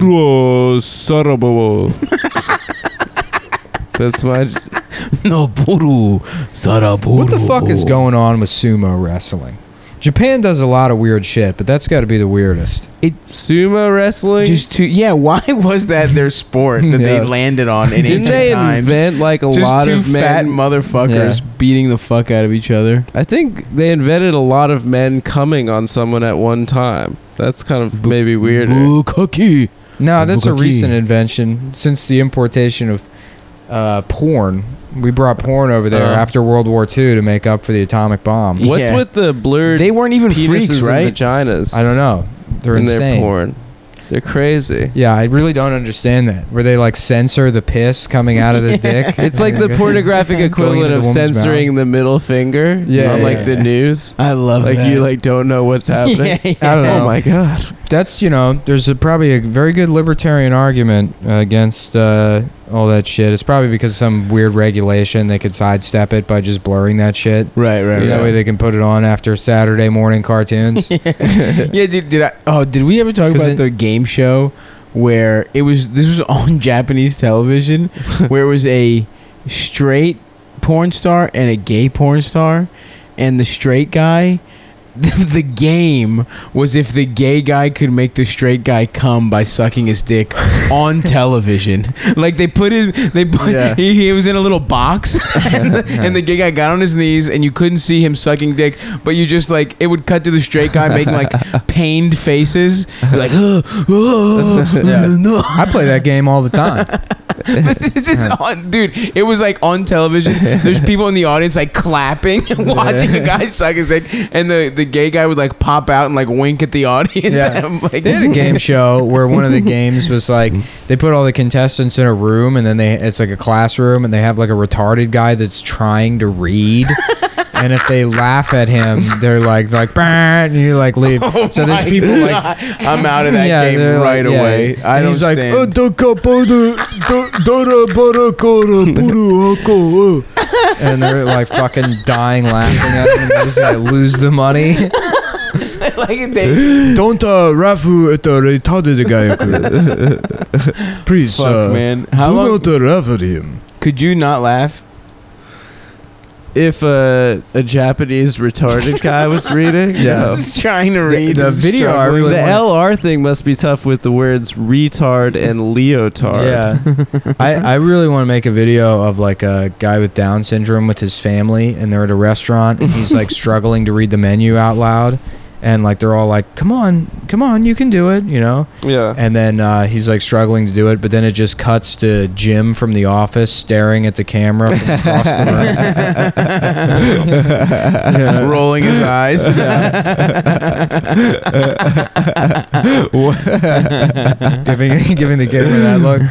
C: That's my.
B: No puru saraburu.
A: What the fuck is going on with sumo wrestling? Japan does a lot of weird shit, but that's got to be the weirdest.
C: Sumo wrestling?
B: Just two, yeah. Why was that their sport that
A: Yeah.
B: they landed on in
C: Didn't
B: ancient
C: they
B: times?
C: invent like a
B: Just
C: lot
B: two
C: of
B: fat
C: men?
B: motherfuckers beating the fuck out of each other.
C: I think they invented a lot of men coming on someone at one time. That's kind of
B: Bu-
C: maybe weirder.
B: Bukaki.
A: No, that's a
B: Bulgogi.
A: recent invention since the importation of uh, porn. We brought porn over there
C: Uh.
A: after World War II to make up for the atomic bomb.
C: What's
B: Yeah.
C: with the blurred
B: They weren't even
C: penises
B: freaks, right?
C: and vaginas?
A: I don't know. They're
C: in
A: insane.
C: their porn. They're crazy.
A: Yeah, I really don't understand that. Where they like censor the piss coming out of the dick.
C: It's like the pornographic equivalent
A: into the
C: of
A: woman's
C: censoring the middle finger
A: Yeah,
C: on
A: yeah,
C: like
A: yeah.
C: the news.
B: I love
C: Like
B: that.
C: you like don't know what's happening.
B: Yeah,
A: I don't know.
C: Oh my god.
A: That's you know, there's a, probably a very good libertarian argument uh, against uh, all that shit. It's probably because of some weird regulation they could sidestep it by just blurring that shit.
B: Right, right,
A: That way they can put it on after Saturday morning cartoons.
B: right. yeah, dude. Did I? Oh, did we ever talk
A: 'Cause
B: about
A: it-
B: the game show where it was? This was on Japanese television, where it was a straight porn star and a gay porn star, and the straight guy. The game was if the gay guy could make the straight guy come by sucking his dick on television. Like they put him, they put
C: Yeah.
B: he, he was in a little box, and, the, and the gay guy got on his knees, and you couldn't see him sucking dick. but you just like it would cut to the straight guy making like pained faces, like oh,
A: Yeah.
B: no.
A: I play that game all the time.
B: this is on, dude. It was like on television. There's people in the audience like clapping, watching a guy suck his dick, and the the gay guy would like pop out and like wink at the audience.
A: Yeah.
B: And I'm like,
A: They had a game show where one of the games was like they put all the contestants in a room and then they it's like a classroom and they have like a retarded guy that's trying to read. And if they laugh at him, they're like like "Brr," and you like leave. so there's
B: oh my
A: people like
B: God. I'm out of that
A: Yeah,
B: game
A: they're
B: right
A: like- yeah.
B: away. I
A: And
B: don't
A: he's like,
B: stand.
A: "Uh, and they're like fucking dying laughing at him. They just like lose the money.
B: like they,
A: Don't uh, rafu at the retarded guy. Please,
B: fuck, man. How long
A: laugh at him.
B: could you not laugh?
C: If a a Japanese retarded guy was reading,
A: Yeah.
C: no.
B: Just trying to
A: The,
B: read
A: the
B: and
A: video I
B: struggling.
A: really
C: The
A: wanna-
C: LR thing must be tough with the words retard and leotard.
A: Yeah, I, I really want to make a video of like a guy with Down syndrome with his family, and they're at a restaurant, and he's like struggling to read the menu out loud, and like they're all like, "Come on, come on, you can do it," you know.
D: Yeah.
A: And then uh, he's like struggling to do it, but then it just cuts to Jim from the office staring at the camera from across the room.
B: Rolling his eyes.
A: giving giving the camera that look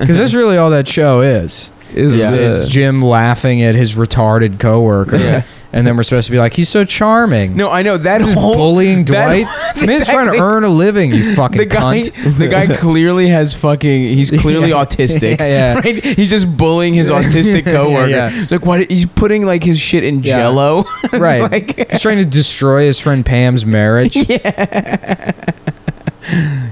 A: because that's really all that show is.
C: Is,
A: It's-
C: uh,
A: It's Jim laughing at his retarded coworker,
B: Yeah.
A: and then we're supposed to be like, "He's so charming."
B: No, I know that
A: He's
B: whole
A: bullying
B: that-
A: Dwight. The man's trying
B: exactly.
A: to earn a living. You fucking
B: the guy,
A: cunt.
B: the guy clearly has fucking. He's clearly
A: Yeah.
B: autistic.
A: Yeah, yeah.
B: Right? He's just bullying his autistic coworker.
A: yeah.
B: It's like why did- he's putting like his shit in
A: Yeah.
B: Jello. It's
A: Right.
B: like-
A: He's trying to destroy his friend Pam's marriage.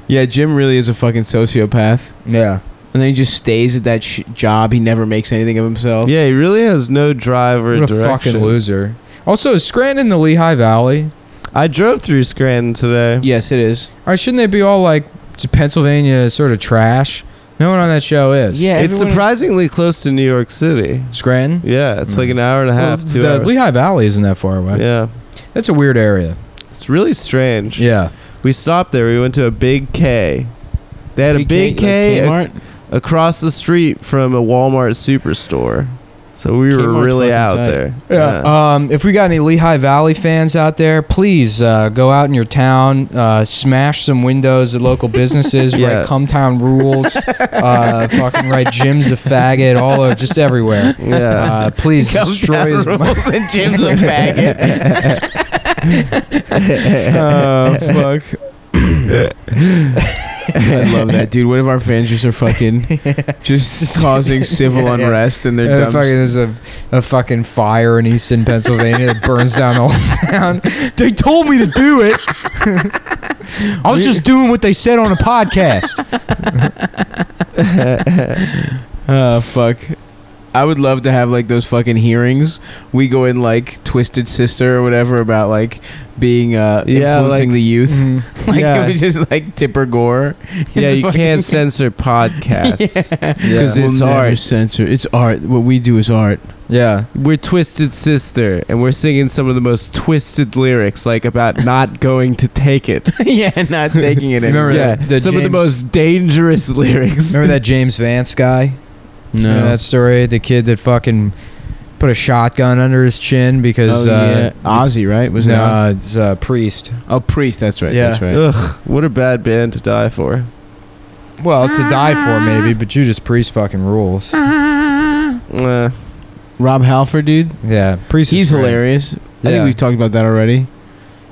B: yeah, Jim really is a fucking sociopath.
A: yeah.
B: And then he just stays at that sh- job. He never makes anything of himself.
C: yeah, he really has no drive or
A: What a
C: direction.
A: fucking loser. Also, is Scranton in the Lehigh Valley?
C: I drove through Scranton today.
B: Yes, it is.
A: Or shouldn't they be all like Pennsylvania sort of trash? No one on that show is.
B: Yeah,
C: it's
B: everyone-
C: surprisingly close to New York City.
A: Scranton?
C: Yeah, it's like an hour and a half,
A: Well,
C: two
A: the
C: hours.
A: Lehigh Valley isn't that far away.
C: Yeah,
A: That's a weird area.
C: it's really strange.
A: Yeah.
C: We stopped there. We went to a Big K. They had a Big K, a-
B: Kmart?
C: across the street from a Walmart superstore. So we were
B: Kmart's
C: really
B: fucking
C: out
B: tight.
C: there.
A: Yeah. Um, if we got any Lehigh Valley fans out there, please uh, go out in your town, uh, smash some windows at local businesses,
C: Yeah.
A: write "Come Town Rules, uh, fucking write Jim's a faggot, all over, just everywhere.
C: yeah.
A: Uh, please destroy his.
B: rules and Jim's a faggot. Oh,
C: Uh, fuck.
B: I love that, dude. What if our fans just are fucking just causing civil
A: Yeah, yeah.
B: unrest and they're
A: Uh,
B: dumb?
A: fucking, there's a, a fucking fire in Easton, Pennsylvania that burns down the whole town. They told me to do it. I was just doing what they said on a podcast.
B: Oh fuck. I would love to have like those fucking hearings. We go in like Twisted Sister or whatever about like being uh
C: Yeah,
B: influencing
C: like-
B: the youth.
A: Mhm.
B: Like
C: yeah.
B: it was just like Tipper Gore.
C: yeah,
B: It's
C: you
B: fucking-
C: can't censor podcasts.
A: Yeah.
C: Because
B: We'll
C: it's
B: never
C: art.
B: Censor. It's art. What we do is art.
A: Yeah.
C: We're Twisted Sister, and we're singing some of the most twisted lyrics, like about not going to take it.
B: yeah, not taking it.
A: Remember
B: anymore.
C: yeah,
A: the- the
C: some of the
A: James-
C: most dangerous lyrics.
A: Remember that James Vance guy? You know that story? The kid that fucking put a shotgun under his chin because
B: oh,
A: uh,
B: yeah. Ozzy, right? Was that?
A: nah, it's uh, priest.
B: Ozzy? Oh, Priest. That's right.
A: Yeah.
B: That's right.
C: Ugh, what a bad band to die for.
A: Well, to die for maybe, but Judas Priest fucking rules.
C: Uh,
B: Rob Halford, dude.
A: Yeah, Priest. is
B: He's
A: great.
B: hilarious. I
A: Yeah.
B: think we've talked about that already.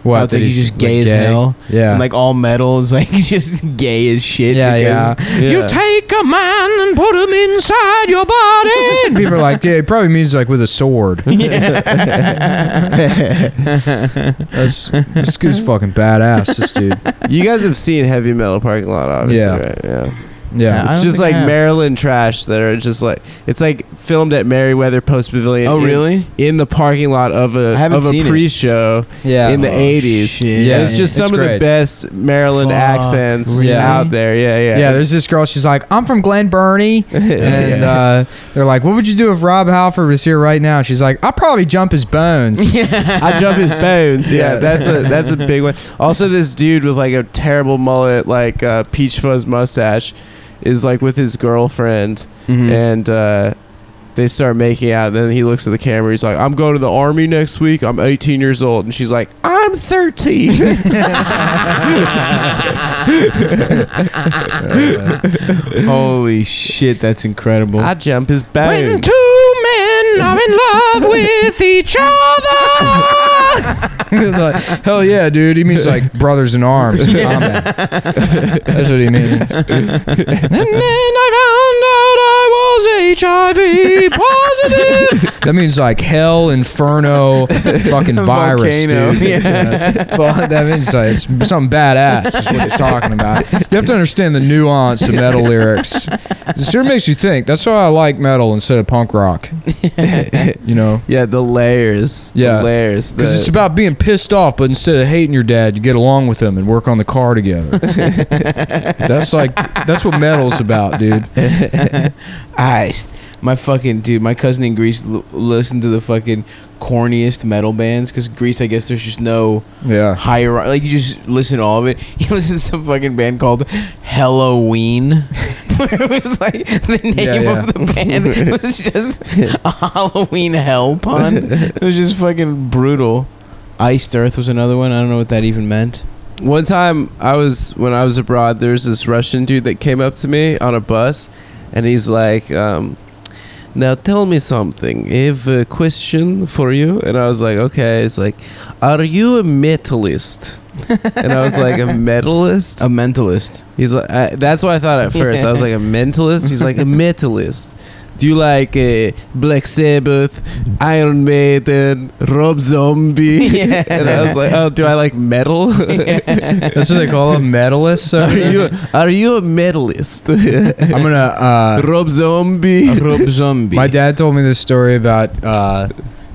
A: What?
B: I
A: that
B: think he's just gay
A: like,
B: as hell.
A: Yeah.
B: And like all metal is like just gay as shit.
A: yeah,
B: because-
A: yeah. You take a man and put him inside your body. and people are like, yeah, it probably means like with a sword. That's, this dude's fucking badass, this dude.
C: you guys have seen heavy metal parking lot, obviously,
A: Yeah.
C: right? Yeah.
A: Yeah.
B: I
C: It's
B: don't
C: just
B: think I
C: like
B: have.
C: Maryland trash that are just like it's like filmed at Merriweather Post Pavilion.
B: Oh,
C: in-
B: really?
C: In, the parking lot of
B: I
C: a
B: haven't
C: of a
B: seen it.
C: pre-show
A: Yeah.
C: in the
B: Oh,
C: '80s.
B: shit.
A: Yeah.
C: it's just
A: It's
C: some of the
A: great.
C: best Maryland
B: Fuck,
C: accents
A: really?
C: out there. Yeah, yeah,
A: yeah. there's this girl. She's like, I'm from Glen Burnie, and
C: Yeah.
A: uh, they're like, What would you do if Rob Halford was here right now? She's like, I'll probably jump his bones.
C: I jump his bones. Yeah, that's a that's a big one. Also, this dude with like a terrible mullet, like uh, peach fuzz mustache, is like with his girlfriend,
A: Mm-hmm.
C: and uh, they start making out. then he looks at the camera. He's like, "I'm going to the army next week. I'm 18 years old," and she's like, "I'm 13."
B: Holy shit, that's incredible.
C: I jump his
A: when
C: bones.
A: two men are in love with each other. Like, Hell yeah, dude. He means like brothers in arms. in combat. That's what he means. and then I found out I was HIV positive. That means like hell, inferno, fucking virus,
B: Volcano,
A: dude.
B: yeah.
A: Well, that means like it's something badass is what he's talking about. You have to understand the nuance of metal lyrics. It sure makes you think. That's why I like metal instead of punk rock. You know?
C: Yeah, the layers. the
A: Yeah.
C: layers.
A: Because
C: the-
A: it's about being pissed off, but instead of hating your dad, you get along with him and work on the car together. that's like that's what metal's about, dude.
B: I, s- My fucking dude, my cousin in Greece l- listened to the fucking corniest metal bands because Greece, I guess, there's just no
A: Yeah.
B: higher. Like you just listen to all of it. He listened to some fucking band called Halloween, where it was like the name
A: Yeah, yeah.
B: of the band was just a Halloween hell pun. It was just fucking brutal. Iced Earth was another one. I don't know what that even meant.
C: One time I was when I was abroad, there was this Russian dude that came up to me on a bus and he's like, um, now tell me something. I have a question for you. And I was like, okay. It's like, are you a metalist? and I was like, a metalist?
B: A mentalist.
C: He's like, I, that's what I thought at first. I was like, a mentalist? He's like, a mentalist. Do you like uh, Black Sabbath, Iron Maiden, Rob Zombie?
B: Yeah.
C: and I was like, oh, do I like metal?
A: That's what they call them, medalists.
C: Are
A: over there?
C: you are you a medalist?
A: I'm gonna. Uh,
C: Rob Zombie.
B: Rob Zombie.
A: My dad told me this story about uh,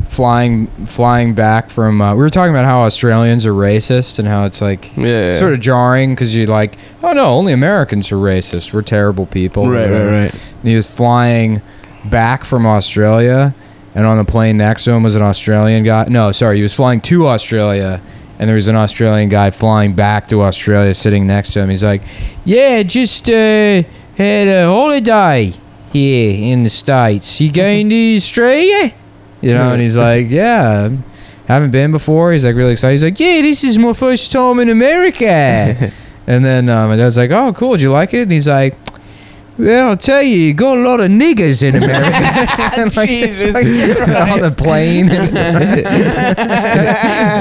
A: flying flying back from. Uh, we were talking about how Australians are racist and how it's like
C: Yeah.
A: sort of jarring because you're like, oh no, only Americans are racist. We're terrible people.
B: Right, right, right.
A: And he was flying back from Australia, and on the plane next to him was an Australian guy. No, sorry, he was flying to Australia, and there was an Australian guy flying back to Australia sitting next to him. He's like, "Yeah, just uh, had a holiday here in the states. You going to Australia?" You know, and he's like, "Yeah." Haven't been before. He's like really excited. He's like, "Yeah, this is my first time in America." and then um, my dad's like, "Oh, cool. Did you like it?" And he's like, well, I'll tell you, you got a lot of niggas in America. And, like, it's
B: Jesus
A: like, on the plane.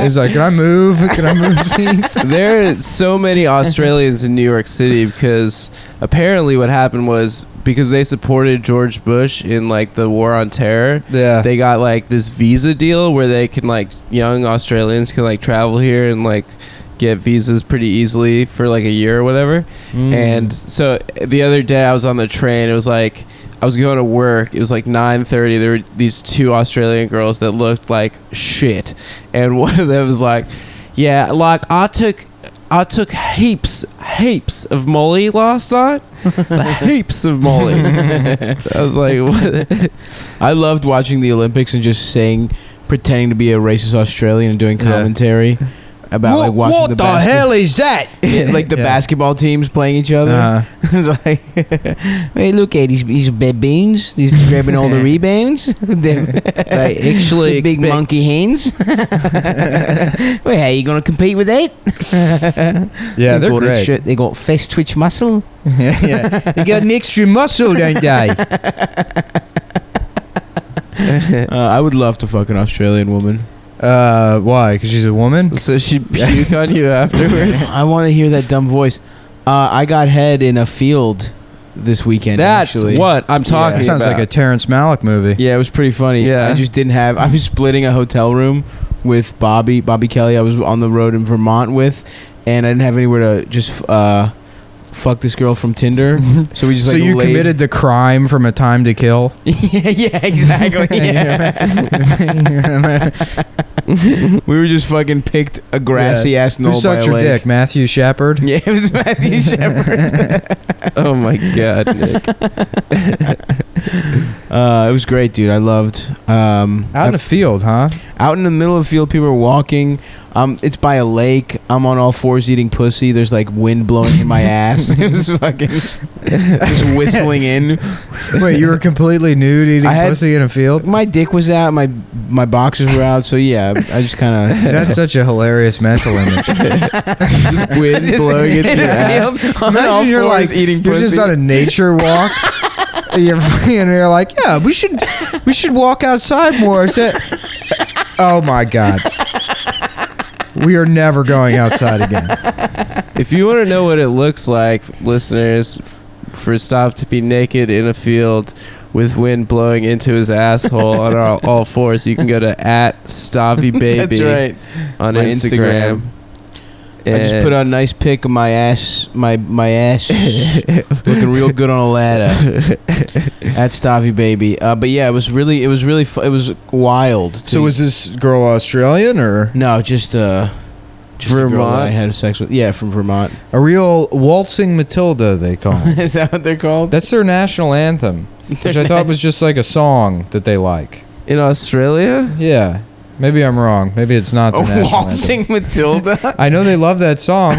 A: He's like, can I move? Can I move seats?
C: there are so many Australians in New York City because apparently what happened was because they supported George Bush in like the war on terror.
A: Yeah.
C: They got like this visa deal where they can like young Australians can like travel here and like get visas pretty easily for like a year or whatever. And so the other day I was on the train. It was like I was going to work. It was like 9:30. There were these two Australian girls that looked like shit, and one of them was like, "Yeah, like I took." I took heaps, heaps of Molly last night. heaps of Molly. I was like, what?
B: I loved watching the Olympics and just saying, pretending to be a racist Australian and doing
C: Yeah.
B: commentary about like watching the, basket-
A: is that?
B: like the
C: Yeah. Uh-huh.
B: basketball teams playing each other.
A: Uh,
B: It's like, hey, look at these these bad beans. These grabbing all the rebounds. Them-
C: They actually
B: big
C: expect-
B: monkey hands. well, how you gonna compete with that?
A: yeah,
B: They
A: they're
B: got
A: great.
B: extra- they got fast twitch muscle.
A: yeah, yeah. They got an extra muscle, don't they?
B: Uh, I would love to fuck an Australian woman.
A: Uh, why? Because she's a woman?
C: So she puke on you afterwards.
B: I want to hear that dumb voice. Uh, I got head in a field this weekend.
C: That's
B: actually.
C: what I'm talking
A: That
C: about.
A: sounds like a Terrence Malick movie.
B: Yeah, it was pretty funny.
C: Yeah.
B: I just didn't have. I was splitting a hotel room with Bobby, Bobby Kelly. I was on the road in Vermont with, and I didn't have anywhere to just uh, fuck this girl from Tinder. So we just
A: so
B: like
A: you
B: laid-
A: committed the crime from A Time to Kill?
B: yeah, yeah, exactly. Yeah. we were just fucking picked a grassy ass knoll
A: Who
B: by
A: sucked
B: a
A: your
B: lake.
A: dick? Matthew Shepard?
B: Yeah, it was Matthew Shepard.
C: oh my god, Nick.
B: uh, it was great, dude. I loved. Um,
A: Out in the field, huh?
B: out in the middle of the field people are walking um, it's by a lake i'm on all fours eating pussy there's like wind blowing in my ass it was fucking just whistling in
A: Wait, you were completely nude eating
B: I had-
A: pussy in a field?
B: my dick was out my my boxers were out so yeah i just kind of
A: That's such a hilarious mental image.
C: just wind blowing into your ass.
A: Imagine you're like
B: eating
A: You're just on a nature walk. you're, and you're like, yeah, we should, we should walk outside more. Is that- oh my god, we are never going outside again.
C: If you want to know what it looks like, listeners, f- for Stop to be naked in a field with wind blowing into his asshole on our, all fours, you can go to at Stavi Baby
B: that's right
C: on
B: My
C: Instagram.
B: i just put a nice pic of my ass my my ass looking real good on a ladder at Stavi baby uh, but yeah it was really it was really fu- it was wild to-
A: this girl Australian or
B: No, just uh, just A girl that
C: Vermont?
B: I had sex with. Yeah, from Vermont.
A: a real waltzing Matilda? They call. It.
B: Is that what they're called?
A: That's their national anthem. which I thought was just like a song that they like.
C: in Australia.
A: Yeah, maybe I'm wrong. Maybe it's not the national anthem.
B: Waltzing Matilda?
A: I know they love that song.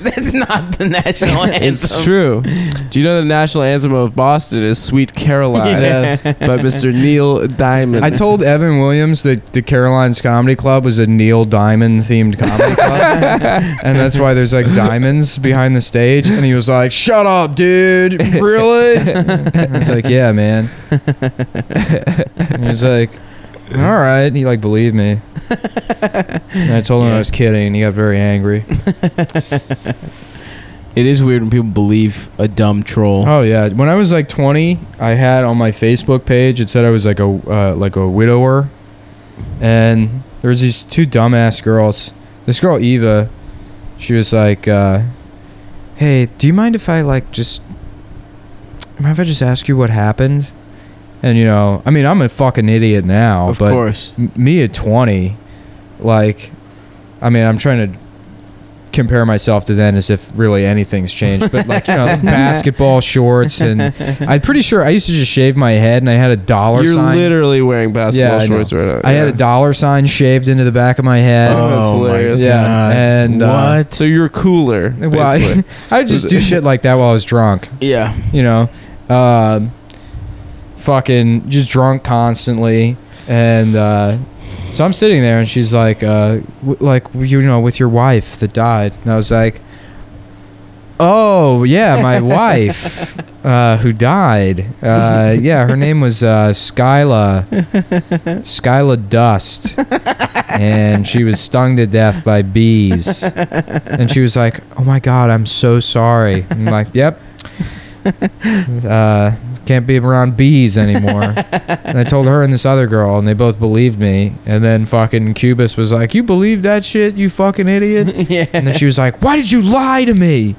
B: That's not the national
C: It's
B: anthem.
C: true. Do you know the national anthem of Boston is "Sweet Caroline"
B: Yeah.
C: by Mr. Neil Diamond?
A: I told Evan Williams that the Caroline's Comedy Club was a Neil Diamond themed comedy club, and that's why there's like diamonds behind the stage. And he was like, "Shut up, dude! Really?" I was like, "Yeah, man." And he was like, "All right." He like believed me. And I told him I was kidding, and he got very angry.
B: It is weird when people believe a dumb troll.
A: Oh yeah, when I was like 20, I had on my Facebook page it said I was like a uh, like a widower, and there was these two dumbass girls. This girl Eva, she was like, uh, "Hey, do you mind if I like just mind if I just ask you what happened?" And you know, I mean, I'm a fucking idiot now,
B: of
A: but
B: course.
A: m- me at 20 like i mean i'm trying to compare myself to then as if really anything's changed but like you know basketball shorts and i'm pretty sure i used to just shave my head and i had a dollar
C: You're
A: sign
C: literally wearing basketball
A: Yeah, I know.
C: shorts right now.
A: i had a dollar sign shaved into the back of my head
C: Oh, that's hilarious.
A: yeah and uh,
B: what?
C: So you're cooler.
A: well, I,
C: basically.
A: I would just do shit like that while i was drunk
B: yeah.
A: you know um, fucking just drunk constantly and uh, so i'm sitting there and she's like uh, w- like you know with your wife that died and i was like oh yeah my wife uh, who died uh, yeah her name was uh, skyla skyla dust and she was stung to death by bees and she was like oh my god i'm so sorry i'm like yep uh, can't be around bees anymore. and I told her and this other girl, and they both believed me. And then fucking Cubus was like, "You believe that shit, you fucking idiot!"
B: yeah.
A: And then she was like, "Why did you lie to me?"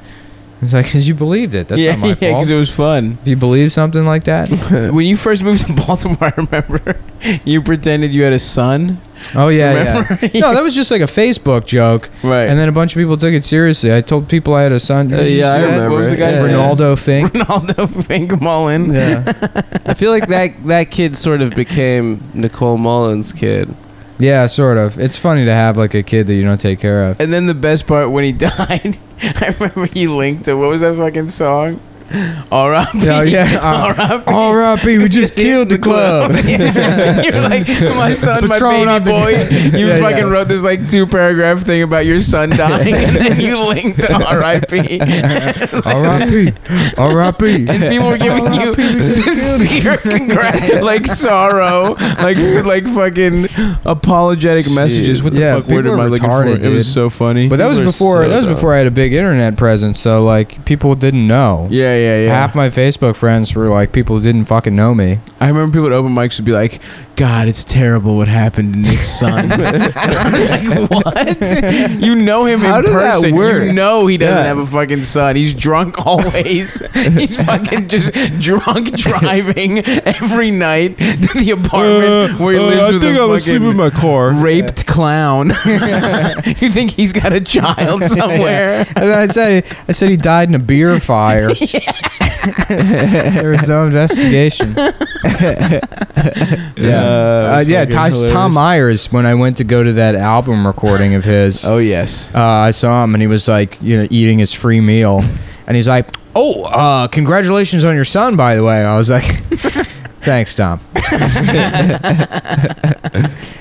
A: It's like, "Cause you believed it. That's
B: yeah,
A: not my
B: yeah,
A: fault.
B: because it was fun.
A: if you believe something like that,
B: when you first moved to Baltimore, I remember you pretended you had a son.
A: oh yeah,
B: Remember?
A: yeah. No, that was just like a Facebook joke,
B: Right.
A: and then a bunch of people took it seriously. I told people I had a son.
C: Uh,
A: Did you
C: yeah,
A: see
C: I
A: that?
C: remember.
B: What was the guy's
C: yeah.
B: name?
A: Ronaldo Fink.
B: Ronaldo fink them all in.
A: yeah,
C: I feel like that that kid sort of became Nicole Mullins' kid.
A: yeah, sort of. It's funny to have like a kid that you don't take care of.
B: And then the best part when he died, I remember he linked to what was that fucking song? R.I.P.
A: Oh, yeah, uh,
B: R.I.P.
A: R.I.P. We just killed the club.
B: Yeah. You're like my son, my
A: Patron
B: baby
A: out the-
B: boy. You
A: Yeah,
B: fucking
A: yeah.
B: wrote this like two paragraph thing about your son dying, and then you linked to R.I.P.
A: R.I.P. R.I.P.
B: And people were giving you sincere congrat, like sorrow, like s- like fucking apologetic messages. What the
A: Yeah,
B: fuck word
A: people
B: am I
A: are
B: looking
A: retarded,
B: for? It was
A: dude.
B: so funny.
A: But that was
C: People are
A: before.
C: so
A: that was
C: dumb.
A: before I had a big internet presence, so like people didn't know.
B: yeah, yeah, yeah.
A: Half my Facebook friends were like people who didn't fucking know me.
B: I remember people at open mics would be like, "God, it's terrible what happened to Nick's son." and I was like, "What? You know him
C: How
B: in
C: did that
B: person?
C: work?
B: You know he doesn't
C: Yeah.
B: have a fucking son. He's drunk always. He's fucking just drunk driving every night to the apartment where he lives with a fucking
C: my car.
B: raped clown. you think he's got a child somewhere?
A: And then I said, I said he died in a beer fire. there was no investigation. yeah, uh, yeah. Ty- Tom Myers. When I went to go to that album recording of his,
B: Oh yes.
A: uh, I saw him and he was like, you know, eating his free meal, and he's like, "Oh, uh, congratulations on your son, by the way." I was like, "Thanks, Tom.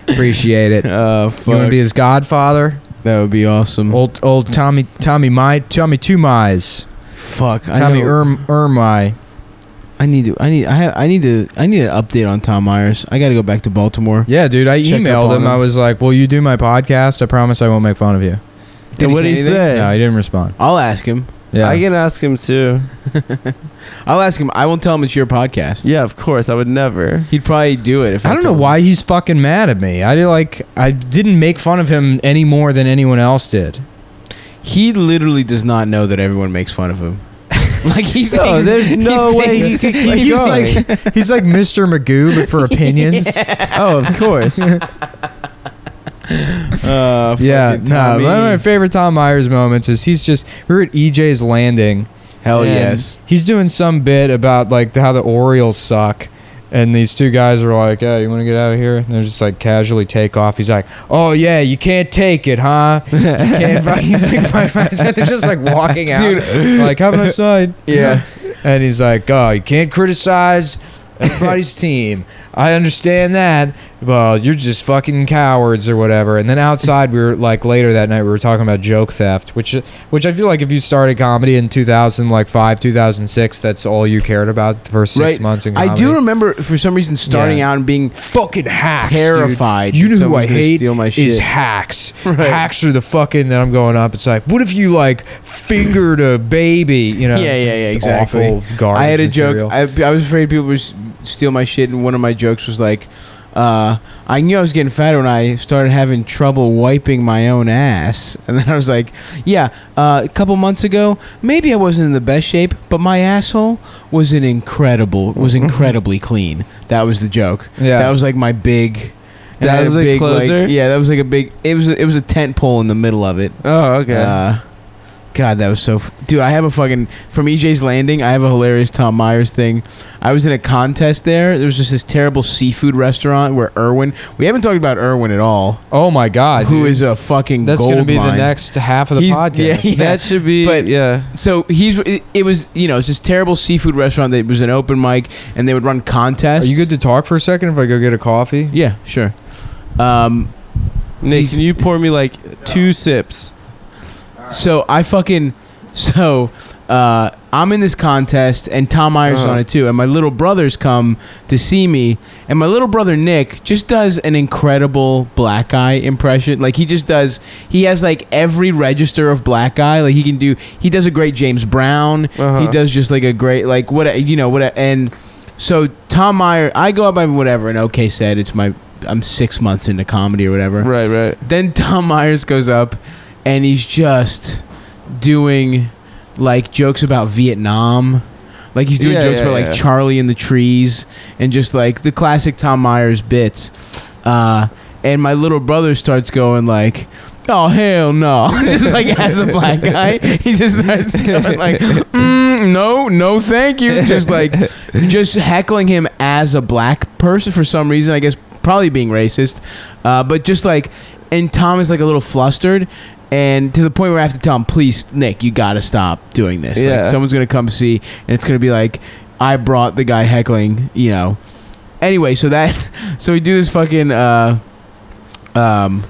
A: Appreciate it.
B: Uh,
A: You want to
B: fuck.
A: be his godfather,
B: that would be awesome.
A: old old Tommy Tommy My Tommy Two Mize,
B: fuck. I
A: Tommy
B: know-
A: Erm Ermy.
B: I need to. I need. I have. I need to. I need an update on Tom Myers. I got to go back to Baltimore.
A: Yeah, dude. I
B: Check up
A: emailed
B: on
A: him.
B: him.
A: I was like, "Will you do my podcast? I promise I won't make fun of you."
B: Did he
C: what
B: say
C: did he
B: anything?
C: say?
A: No, he didn't respond.
B: I'll ask him.
A: Yeah,
C: I can ask him too.
B: I'll ask him. I won't tell him it's your podcast.
C: Yeah, of course. I would never.
B: he'd probably do it if I,
A: I don't know
B: told him.
A: why he's fucking mad at me. I did, like I didn't make fun of him any more than anyone else did.
B: He literally does not know that everyone makes fun of him. like he
C: No,
B: thinks.
C: there's no
B: he
C: way
B: thinks-
C: he could keep
A: he's
C: going.
A: like he's like Mr. Magoo but for opinions.
C: oh, of course.
B: Uh,
A: yeah,
B: fucking
A: no. One of my
B: "Uh, Tommy.
A: favorite Tom Myers moments is he's just we were at EJ's E Landing
C: Oh,
B: Hell
A: And
B: yes.
A: He's doing some bit about like how the Orioles suck. And these two guys are like, "Hey, you want to get out of here?" And they're just like casually take off. He's like, "Oh yeah, you can't take it, huh?" You can't fi-" he's like, "My friends," they're just like walking out, like, "Have a nice night."
B: Yeah.
A: And he's like, "Oh, you can't criticize everybody's team. I understand that. Well, you're just fucking cowards or whatever." And then outside, we were like later that night, we were talking about joke theft, which which I feel like if you started comedy in 2000, like five, 2006, that's all you cared about the first six
B: Right.
A: months in comedy.
B: I do remember for some reason starting
A: Yeah.
B: out and being
A: fucking hacks. dude.
B: terrified.
A: You
B: that
A: know who
B: someone's
A: I
B: gonna
A: hate
B: Steal my shit.
A: is hacks.
B: Right.
A: Hacks are the fucking that I'm going up. It's like, what if you like fingered a baby? You know,
B: Yeah,
A: it's
B: yeah, yeah, exactly.
A: Awful garbage.
B: I had a
A: material.
B: joke. I, I was afraid people would s- steal my shit, and one of my jokes was like, uh, "I knew I was getting fatter when I started having trouble wiping my own ass." And then I was like, "Yeah, uh, a couple months ago, maybe I wasn't in the best shape, but my asshole was an incredible was incredibly clean." That was the joke.
A: yeah,
B: That was like my big. and I
C: That
B: had
C: was a
B: big, like-
C: closer?
B: yeah, that was like a big. It was it was a tent pole in the middle of it.
C: Oh, okay.
B: Uh, God, that was so. F- Dude, I have a fucking from EJ's Landing. I have a hilarious Tom Myers thing. I was in a contest there. There was just this terrible seafood restaurant where Irwin. We haven't talked about Irwin at all.
A: oh my god,
B: who
A: dude.
B: is a fucking
A: That's
B: gold
A: going to be the
B: mine.
A: next half of the
B: He's-
A: podcast.
B: yeah.
C: that should be.
B: but-
C: yeah.
B: So he's it, it was you know it's this terrible seafood restaurant that was an open mic and they would run
A: Are
B: contests.
A: you good to talk for a second if I go get a coffee?
B: yeah, sure. Um,
C: Nick,
B: He's-
C: can you pour me like two sips?
B: So I fucking so uh, I'm in this contest and Tom Myers is
C: Uh-huh.
B: on it too, and my little brothers come to see me, and my little brother Nick just does an incredible black guy impression. Like he just does, he has like every register of black guy. Like he can do, he does a great James Brown. He
C: Uh-huh.
B: does just like a great like what you know what and so Tom Meyer, I go up and whatever, and okay said it's my I'm six months into comedy or whatever.
C: Right, right.
B: Then Tom Myers goes up and he's just doing like jokes about Vietnam. Like he's doing
C: Yeah,
B: jokes
C: yeah,
B: about
C: yeah.
B: like Charlie in the trees and just like the classic Tom Myers bits. Uh, and my little brother starts going like, "Oh hell no!" just like as a black guy, he just starts going like, mm, "No, no, thank you." Just like just heckling him as a black person for some reason. I guess probably being racist, uh, but just like, and Tom is like a little flustered, and to the point where I have to tell him, please, Nick, you gotta stop doing this.
C: Yeah.
B: Like, someone's gonna come see, and it's gonna be like, I brought the guy heckling, you know. Anyway, so that, so we do this fucking, uh, um,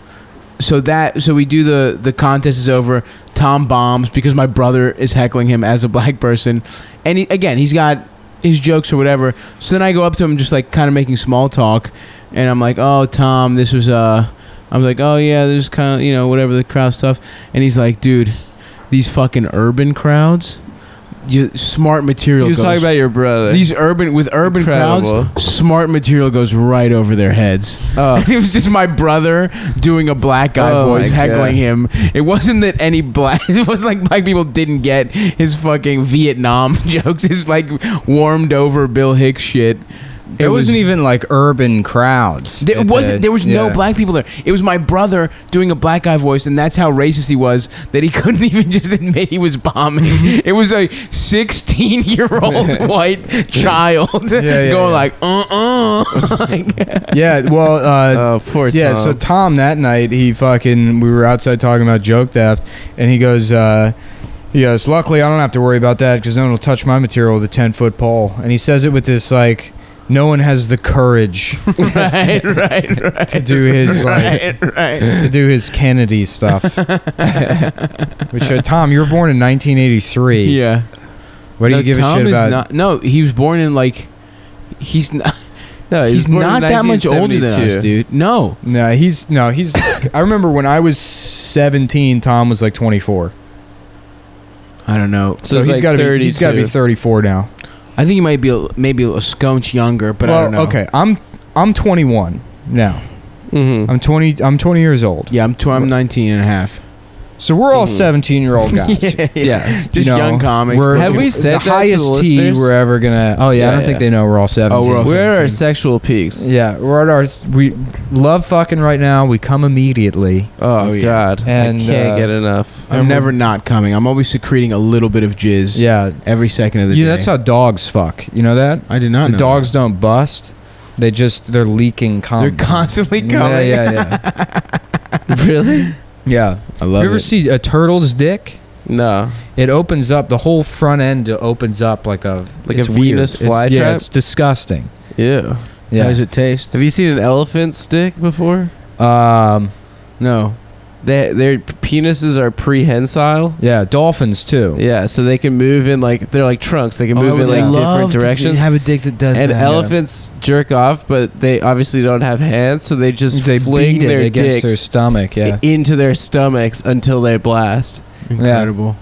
B: so that, so we do the the contest is over. Tom bombs because my brother is heckling him as a black person, and he, again, he's got his jokes or whatever. So then I go up to him, just like kind of making small talk, and I'm like, "Oh, Tom, this was uh," I'm like, "Oh yeah, there's kind of you know whatever the crowd stuff," and he's like, "Dude, these fucking urban crowds, you smart
C: He
B: material
C: was
B: goes
C: talking about your brother.
B: these urban with urban
C: Incredible.
B: crowds, smart material goes right over their heads."
C: Oh.
B: it was just my brother doing a black guy
C: Oh
B: voice
C: my
B: heckling
C: God.
B: him. It wasn't that any black. It wasn't like black people didn't get his fucking Vietnam jokes. It's like warmed over Bill Hicks shit.
A: There
B: It was-
A: wasn't even like urban crowds.
B: There
A: at
B: wasn't.
A: the-
B: There was no
A: yeah.
B: black people there. It was my brother doing a black guy voice, and that's how racist he was that he couldn't even just admit he was bombing. it was a sixteen-year-old white child
A: yeah,
B: going
A: yeah.
B: like, "Uh, uh like,
A: Yeah, well, uh,
C: oh, poor
A: yeah.
C: Tom.
A: So Tom that night he fucking we were outside talking about joke theft, and he goes, uh, he goes, luckily I don't have to worry about that because no one will touch my material with a ten foot pole. And he says it with this like, no one has the courage
B: right, right, right."
A: to do his like
B: right, right.
A: to do his Kennedy stuff. Which uh, Tom, you were born in 1983.
B: Yeah.
A: What do you give a
B: Tom
A: shit
B: is
A: about?
B: Not, no, he was born in like. He's not,
C: no, he was
B: he's
C: born in
B: not that much older than
C: 1972.
B: us, dude. No.
A: no, he's no, he's. I remember when I was 17, Tom was like 24.
B: I don't know.
A: So,
C: he's
A: he's got to be he's got to be
C: 32.
A: 34 now.
B: I think he might be a, maybe a sconch younger, but I
A: well,
B: don't know.
A: okay, I'm I'm 21 now.
C: Mhm. Mm-hmm.
A: I'm 20. I'm 20 years old.
B: Yeah, I'm tw- I'm 19 and a half.
A: So we're all
C: Mhm.
A: 17 year old guys.
B: yeah,
C: Yeah.
A: You
B: just
A: know,
B: young comics.
A: We're,
C: Have
B: looking-
C: we said
A: the
C: that to the
A: highest T
C: listeners?
A: we're ever gonna? Oh yeah, I
C: Yeah,
A: don't think
C: yeah.
A: they know we're all 17.
B: Oh, all
C: Where are
B: 17.
C: our sexual peaks?
A: yeah, we're at our s- we love fucking right now. We come immediately.
C: Oh,
B: Oh, yeah.
C: God.
A: And,
C: I can't
A: uh,
C: get enough.
A: and
B: I'm
A: we're-
B: never not coming. I'm always secreting a little bit of jizz
A: Yeah,
B: every second of the
A: yeah,
B: day.
A: that's how dogs fuck. You know that
B: I did not
A: the
B: know.
A: dogs don't bust; they just they're leaking
B: that.
A: cum.
B: They're constantly coming.
A: Yeah, yeah, yeah.
C: really?
A: yeah.
B: I
A: You
B: love
A: ever
B: it.
A: see a turtle's dick?
C: No.
A: It opens up the whole front end. Opens up like a
C: Like
A: it's
C: a
A: weird.
C: Venus
A: It's-
C: flytrap?
A: Yeah, it's disgusting.
C: Yeah.
B: How
A: Yeah.
B: does it taste?
C: Have you seen an elephant stick before?
A: Um.
B: No.
C: They, their penises are prehensile.
A: Yeah. Dolphins too.
C: Yeah, so they can move in like they're like trunks.
A: Oh,
C: They can move in like different directions.
B: Have a dick that does
C: and
B: that.
C: elephants jerk off, but they obviously don't have hands, so they just
A: they
C: fling
A: beat it
C: their
A: against their
C: dicks
A: stomach. Yeah.
C: i- into their stomachs until they blast.
B: Incredible.
C: Me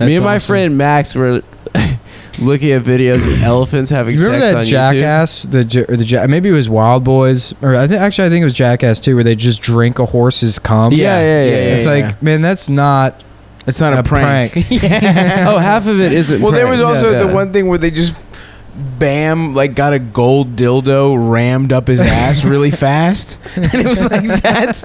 A: That's
C: and my
A: awesome.
C: friend Max were looking at videos of elephants having
A: You remember
C: sex
A: that
C: on
A: jackass? The ja- or the ja- maybe it was Wild Boys, or I think actually I think it was Jackass too, where they just drink a horse's cum.
C: YouTube. Yeah, yeah, yeah.
A: it's
B: yeah,
A: like
B: yeah.
A: man, that's not
B: It's not a,
A: A
B: prank.
C: yeah. oh, half of it isn't.
B: Well, there was
C: pranks.
B: also
C: Yeah,
B: the
C: yeah.
B: one thing where they just bam like got a gold dildo rammed up his ass really fast and it was like that's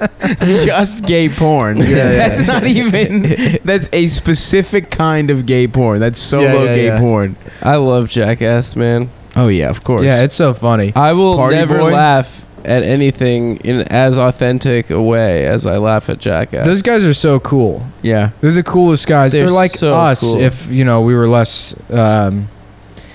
B: just gay porn
C: Yeah, yeah.
B: that's not even that's a specific kind of gay porn that's solo
C: Yeah, yeah,
B: gay
C: yeah.
B: porn
C: I love Jackass, man.
B: oh yeah of course
A: yeah, it's so funny.
C: I will
B: Party
C: never
B: boy?
C: laugh at anything in as authentic a way as I laugh at Jackass.
A: Those guys are so cool.
B: yeah
A: They're the coolest guys. They're,
C: They're
A: like
C: so
A: us
C: cool.
A: if you know we were less. Um,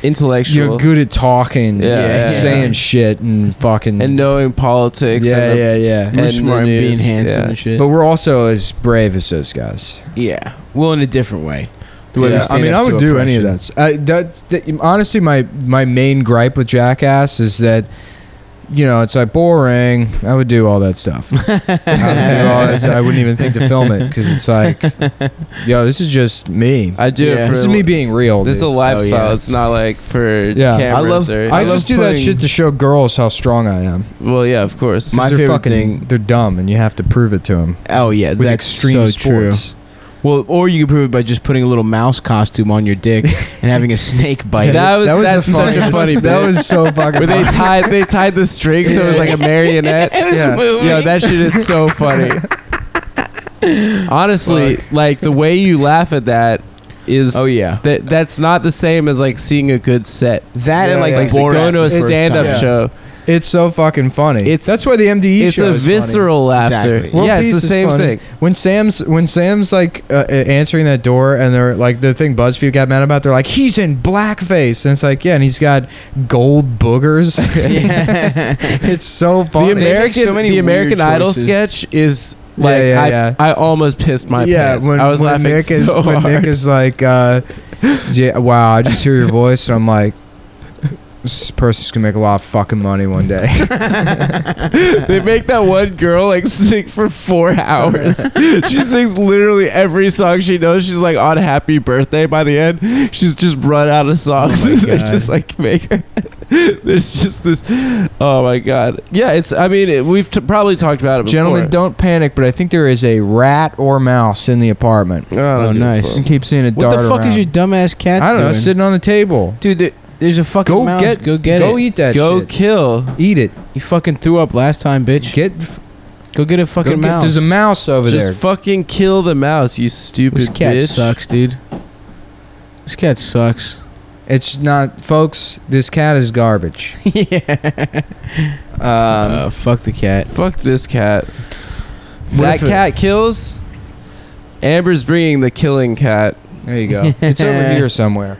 C: intellectual
A: You're good at talking, and
C: Yeah,
B: yeah.
A: saying shit, and fucking
C: and knowing politics.
A: Yeah,
C: and the-
A: yeah, yeah.
C: and
B: We're
C: the
B: smart and being
C: news,
B: handsome
C: yeah.
B: and shit
A: But we're also as brave as those guys.
B: yeah well in a different way The way we
A: Yeah, I
B: stand
A: mean,
B: up
A: I
B: to
A: would do any of
B: oppression.
A: that. S- I, that, that. Honestly, my my main gripe with Jackass is that you know it's like boring. I would do all that stuff. I would do all that stuff. I wouldn't even think to film it because it's like, yo, this is just me.
C: I do
B: Yeah.
C: it for
A: This is me being real.
C: It's a
A: dude.
C: lifestyle.
B: Oh, yeah.
C: It's not like for
A: Yeah. I
C: cameras.
B: love-
C: or,
A: I,
B: I love
A: just do that
B: putting-
A: shit to show girls how strong I am. 'Cause
C: well, yeah, of course.
B: My
A: they're
B: favorite
A: fucking,
B: thing-
A: they're dumb, and you have to prove it to them
B: oh yeah
A: with
B: that's
A: extreme
B: so true
A: sports.
B: Well, or you could prove it by just putting a little mouse costume on your dick and having a snake bite it.
C: That was-
A: the
C: that's such a
A: funniest-
C: funny
A: That
C: bit.
A: was so fucking.
C: Where they
A: funny.
C: tied they tied the string so it was like a marionette.
B: It was
A: Yeah.
B: moving.
C: Yo, that shit is so funny. Honestly, like the way you laugh at that is
B: oh yeah,
C: that that's not the same as like seeing a good set.
B: that
A: Yeah,
B: and like
A: yeah.
C: Like
A: It's
C: so
B: Borat
C: going to
B: the
C: a
B: first
C: stand up
B: time.
C: show.
A: It's so fucking funny.
C: It's-
A: that's why the E MDE
C: It's
A: show
C: a
A: is funny.
C: visceral laughter.
B: Exactly.
A: World
C: Yeah,
A: peace
C: it's
A: is
C: the same
A: funny.
C: thing.
A: When Sam's when Sam's like uh, uh, answering that door and they're like the thing BuzzFeed got mad about, they're like he's in blackface and it's like yeah, and he's got gold boogers. it's so funny.
C: The
B: make
C: American
B: so many
C: the
B: weird
C: American Idol
B: choices.
C: sketch is like
A: yeah,
C: I,
A: yeah.
C: I almost pissed my pants.
A: When,
C: I was
A: when
C: laughing
A: Nick
C: so
A: is, when
C: hard.
A: Nick is like, uh, yeah, wow, I just hear your voice and I'm like, this person's gonna make a lot of fucking money one day.
C: they make that one girl like sing for four hours. she sings literally every song she knows. She's like on Happy Birthday by the end. She's just run out of songs.
A: Oh my
C: they
A: God.
C: just like make her. There's just this. Oh my god. Yeah, it's. I mean, it, we've t- probably talked about it. Before.
A: Gentlemen, don't panic, but I think there is a rat or mouse in the apartment.
C: I don't
B: Oh,
C: give a
B: nice.
A: I
C: fuck.
A: keep seeing it
B: What
A: dart
B: the fuck
A: around.
B: is your dumbass cat?
A: I don't know,
B: doing?
A: sitting on the table.
B: dude. There, there's a fucking
A: Go
B: mouse.
A: get-
B: go get
A: Go
B: it.
A: eat that
C: Go
A: shit.
C: kill.
A: eat it.
B: you fucking threw up last time, bitch.
A: Get
B: go get a fucking
A: fucking
B: mouse.
A: There's a mouse over
C: just
A: there.
C: fucking kill the mouse, you stupid
B: this cat
C: bitch.
B: sucks, dude. This cat sucks.
A: It's not, folks. This cat is garbage.
B: yeah.
A: Um,
B: uh, fuck the cat.
C: Fuck this cat.
A: What
C: that
A: if it-
C: cat kills. Amber's bringing the killing cat.
A: there you go. It's over here somewhere.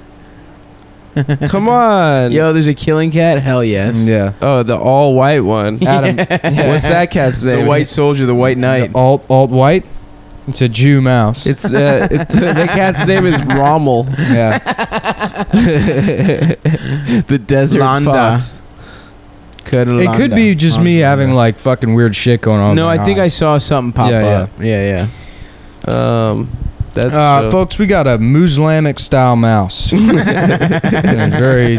C: Come on.
B: Yo, there's a killing cat. Hell yes.
A: Yeah.
C: Oh, the all white one.
A: Adam,
C: What's that cat's
B: The
C: name?
B: white soldier, the white knight.
A: The alt alt white. It's a Jew mouse.
C: It's uh, it, the cat's name is Rommel.
A: yeah.
C: the desert
B: Landa.
C: fox.
A: It could be just me
B: Oh,
A: having like fucking weird shit going on.
B: No, I think I saw something pop
A: Yeah, yeah.
B: up. Yeah, yeah.
C: Um, that's
A: Uh,
C: so-
A: folks, we got a Muslimic style mouse. And a very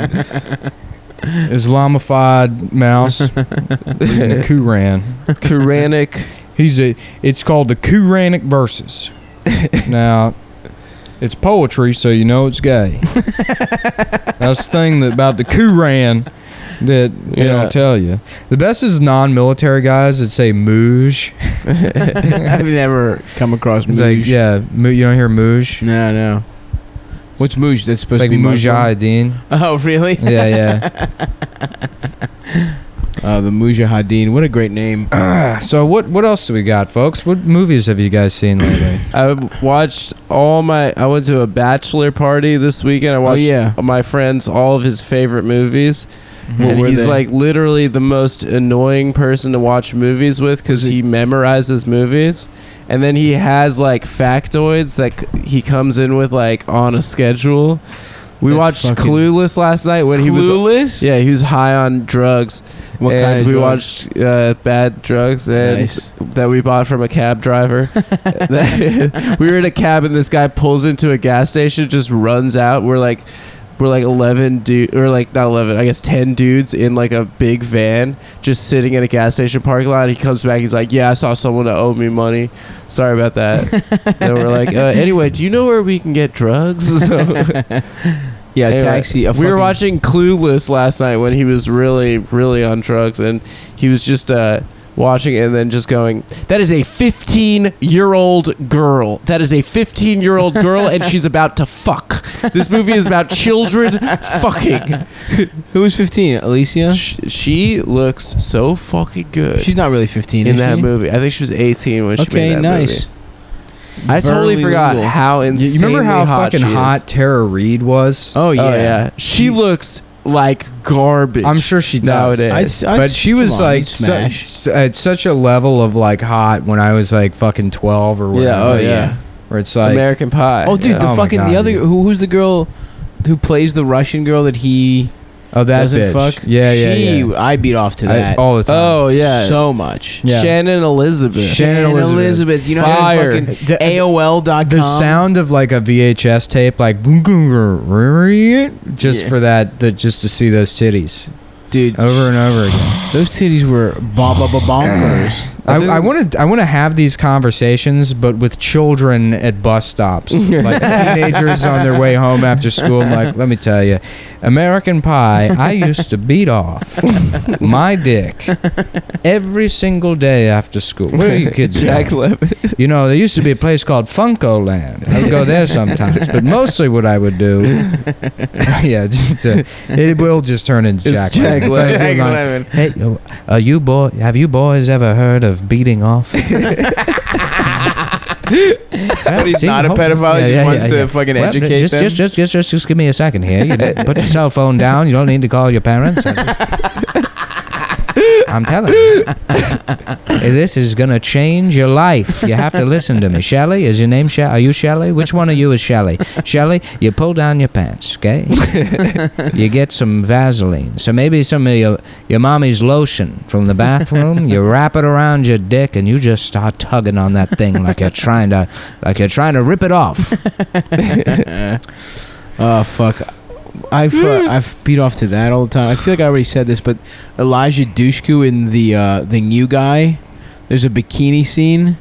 A: Islamified mouse. in the Quran.
C: Quranic.
A: He's a. It's called the Quranic verses. now, it's poetry, so you know it's gay. That's the thing that about the Quran that they
C: Yeah.
A: don't tell you. The best is non-military guys that say "moosh."
B: I've never come across
A: It's
B: Moosh.
A: like yeah, mu- you don't hear "moosh."
B: No, no. What's Moosh? That's
A: It's
B: supposed
A: like
B: to be Muslim?
A: mujahideen.
B: Oh, really?
A: yeah, yeah.
B: Uh, the Mujahideen. What a great name.
A: So what what else do we got, folks? What movies have you guys seen lately?
C: I watched all my. I went to a bachelor party this weekend. I watched
B: Oh, yeah.
C: my friends all of his favorite movies,
B: What
C: and
B: were
C: he's
B: they?
C: like literally the most annoying person to watch movies with because he memorizes movies, and then he has like factoids that c- he comes in with like on a schedule. We
B: That's
C: watched
B: fucking-
C: Clueless last night when he was.
B: Clueless?
C: Yeah, he was high on drugs.
B: What
C: and
B: kind of
C: we
B: drug?
C: watched uh, bad drugs and
B: Nice.
C: that we bought from a cab driver. we were in a cab and this guy pulls into a gas station, just runs out. We're like, we're like eleven dude, or like not eleven, I guess ten dudes in like a big van, just sitting in a gas station parking lot. He comes back, he's like, "Yeah, I saw someone that owed me money. Sorry about that." and we're like, uh, "Anyway, do you know where we can get drugs?" So-
B: Yeah,
C: Anyway,
B: taxi. A
C: we were
B: fucking-
C: watching Clueless last night when he was really, really on drugs, and he was just uh, watching it and then just going, "That is a 15-year-old girl. That is a 15-year-old girl, and she's about to fuck. This movie is about children fucking.
B: Who was 15? Alicia?
C: Sh- she looks so fucking good
B: She's not really 15,
C: in
B: is
C: that
B: she?
C: movie. I think she was 18 when she
B: Okay,
C: made that
B: nice.
C: movie. I totally
B: Barely
C: forgot
B: legal.
C: how
A: You,
C: insanely
A: you remember how
C: hot
A: fucking
C: she is.
A: hot Tara Reid was?
B: Oh, yeah.
C: Oh yeah, she looks like garbage.
A: I'm sure she does.
C: Nowadays.
B: I'd s- I'd
A: but
B: s-
A: she was
B: come on,
A: like
B: you'd smash.
A: su- at such a level of like hot when I was like fucking 12 or whatever.
C: Yeah, oh yeah.
A: Where it's like
C: American Pie.
B: Oh, dude,
C: yeah.
B: the
A: Oh my
B: fucking
A: God,
B: the other
A: dude.
B: who, who's the girl who plays the Russian girl that he
A: oh that
B: doesn't
A: bitch.
B: fuck?
A: Yeah, yeah,
B: she,
A: yeah.
B: I beat off to
A: I-
B: that
A: all the time.
C: Oh yeah,
B: so much.
A: Yeah.
C: Shannon Elizabeth.
A: Shannon Elizabeth.
B: you know
C: Fire.
B: Fire. fucking
A: The-
B: AOL.com.
A: the sound of like a VHS tape, like boom, boom, boom, boom, boom, just
B: Yeah.
A: for that, the, just to see those titties
B: dude,
A: over and over again.
B: those titties were bomb ba bonkers.
A: I,
C: think-
A: I want to I want to have these conversations, but with children at bus stops, like teenagers on their way home after school. I'm like, let me tell you, American Pie. I used to beat off my dick every single day after school. Where are you kids?
C: Jack
A: going?
C: Levin.
A: You know, there used to be a place called Funko Land. I would go there sometimes, but mostly what I would do, yeah, just uh, it will just turn into
C: It's
A: Jack.
C: Jack
A: Lemmon.
C: Lemmon.
A: Thank you, Mike. Hey, uh, are you boy? Have you boys ever heard of beating off?
B: But he's not a pedophile. he just wants to fucking educate
A: just,
B: them.
A: Just, just, just, just, just give me a second here. You know, put your cell phone down. You don't need to call your parents. I'm telling you, this is gonna change your life. You have to listen to me. Shelly, is your name Shelly? Are you Shelly? Which one of you is Shelly? Shelly, you pull down your pants, okay? you get some Vaseline. So maybe some of your, your mommy's lotion from the bathroom. you wrap it around your dick and you just start tugging on that thing like you're trying to like you're trying to rip it off.
B: oh fuck. I've
A: Mm.
B: uh, I've beat off to that all the time. I feel like I already said this, but Elijah Dushku in the uh, the new guy, there's a bikini scene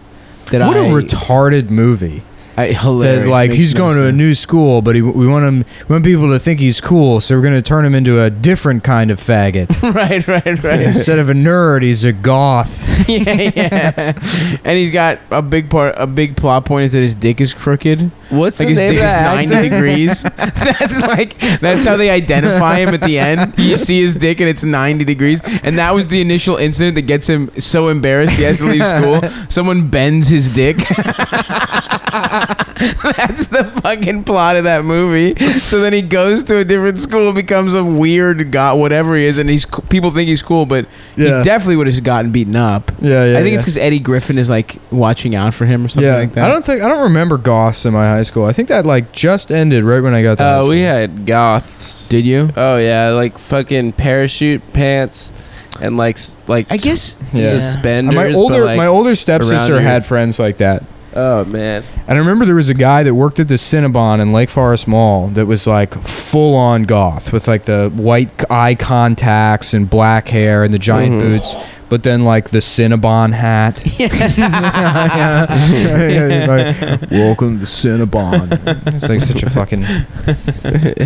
B: that
A: what
B: I,
A: a retarded movie!
B: I hilarious.
A: That like
B: Makes
A: he's
B: no
A: going to a
B: sense.
A: new school, but he, we want him we want people to think he's cool, so we're going to turn him into a different kind of faggot.
B: right, right, right.
A: Instead of a nerd, he's a goth.
B: yeah, yeah. And he's got a big part, a big plot point is that his dick is crooked.
C: What's
B: like
C: the
B: his
C: name
B: dick
C: of
B: is
C: that
B: ninety
C: actor?
B: degrees. that's like that's how they identify him at the end. You see his dick and it's ninety degrees. And that was the initial incident that gets him so embarrassed he has to leave school. Someone bends his dick. that's the fucking plot of that movie. So then he goes to a different school, becomes a weird god, whatever he is, and he's people think he's cool, but
A: Yeah.
B: he definitely would have gotten beaten up.
A: Yeah,
B: I think it's 'cause it's because Eddie Griffin is like watching out for him or something like that.
A: I don't think I don't remember goths in my high school. I think that like just ended right when I got there.
C: Uh, we had goths.
B: Did you?
C: Oh yeah, like fucking parachute pants and like s- like
B: I guess.
A: Yeah.
C: suspenders.
A: my
D: Uh,
C: but,
A: older
C: like,
A: my older stepsister
C: around your-
A: had friends like that.
C: Oh man.
D: And I remember there was a guy that worked at the Cinnabon in Lake Forest Mall that was like full on goth with like the white c- eye contacts and black hair and the giant
C: Mhm.
D: boots, but then like the Cinnabon hat. Like, Welcome to Cinnabon. It's like such a fucking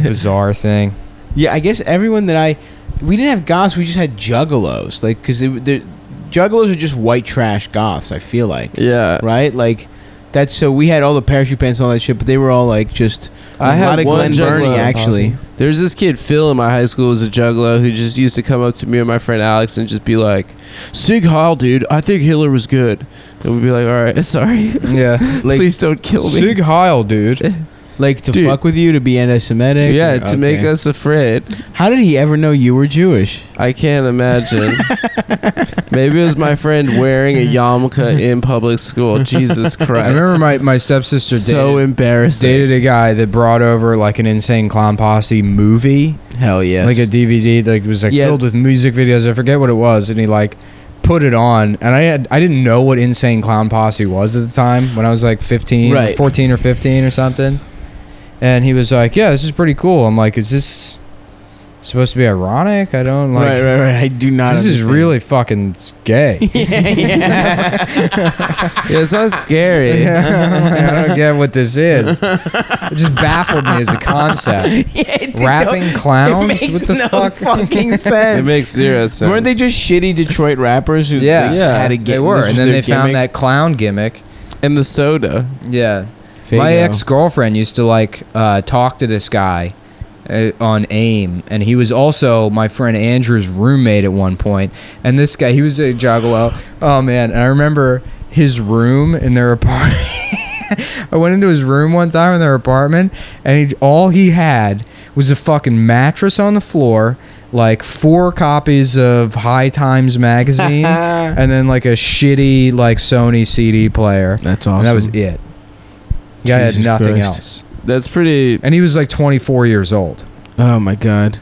D: bizarre thing.
B: Yeah, I guess everyone that I we didn't have goths, we just had juggalos. Like because the juggalos are just white trash goths. I feel like
C: Yeah.
B: right, like that's so we had all the parachute pants and all that shit, but they were all like just
C: I
B: a lot
C: had
B: of
C: one
B: Glen Burnie
C: juggalo.
B: actually.
C: There's this kid Phil in my high school was a juggalo who just used to come up to me and my friend Alex and just be like, "Sig Heil, dude, I think Hitler was good." And we'd be like, "All right, sorry,
D: Yeah.
B: Like,
C: please don't kill me."
D: Sig Heil, dude.
B: like to
C: Dude.
B: fuck with you to be anti-Semitic.
C: yeah,
B: or-
C: to make
B: okay.
C: us afraid.
B: How did he ever know you were Jewish?
C: I can't imagine. Maybe it was my friend wearing a yarmulke in public school. Jesus
D: I
C: Christ.
D: remember my, my stepsister
C: so
D: dated,
C: embarrassing.
D: dated a guy that brought over like an insane clown posse movie.
B: Hell yes.
D: like a DVD that was like
C: Yeah.
D: filled with music videos. I forget what it was, and he like put it on, and I had I didn't know what Insane Clown Posse was at the time when I was like 15,
B: Right.
D: 14 or fifteen or something. And he was like, "Yeah, this is pretty cool." I'm like, "Is this supposed to be ironic? I don't like."
B: right, right, right. I do not.
D: This is
B: understand.
D: really fucking gay.
B: yeah, yeah.
C: yeah, it's not scary.
D: I'm like, I don't get what this is. It just baffled me as a concept.
B: Yeah, it
D: Rapping
B: don't-
D: clowns?
B: It makes
D: what the
B: no
D: fuck?
B: fucking
C: It
B: sense.
C: makes zero sense.
B: Weren't they just shitty Detroit rappers who
D: Yeah.
B: like,
C: Yeah.
B: had a
C: They
B: gimmick?
D: They were, and then they found that clown gimmick.
C: and the soda.
D: Yeah, My ex girlfriend used to like uh, talk to this guy uh, on AIM, and he was also my friend Andrew's roommate at one point. And this guy, he was a juggalo. Oh man! And I remember his room in their apartment. I went into his room one time in their apartment, and he all he had was a fucking mattress on the floor, like four copies of High Times magazine, and then like a shitty like Sony CD player.
B: That's
D: And that was it. Guy had
B: Jesus
D: nothing
B: Christ.
D: else.
C: That's pretty
D: And he was like 24 years old.
B: Oh my god.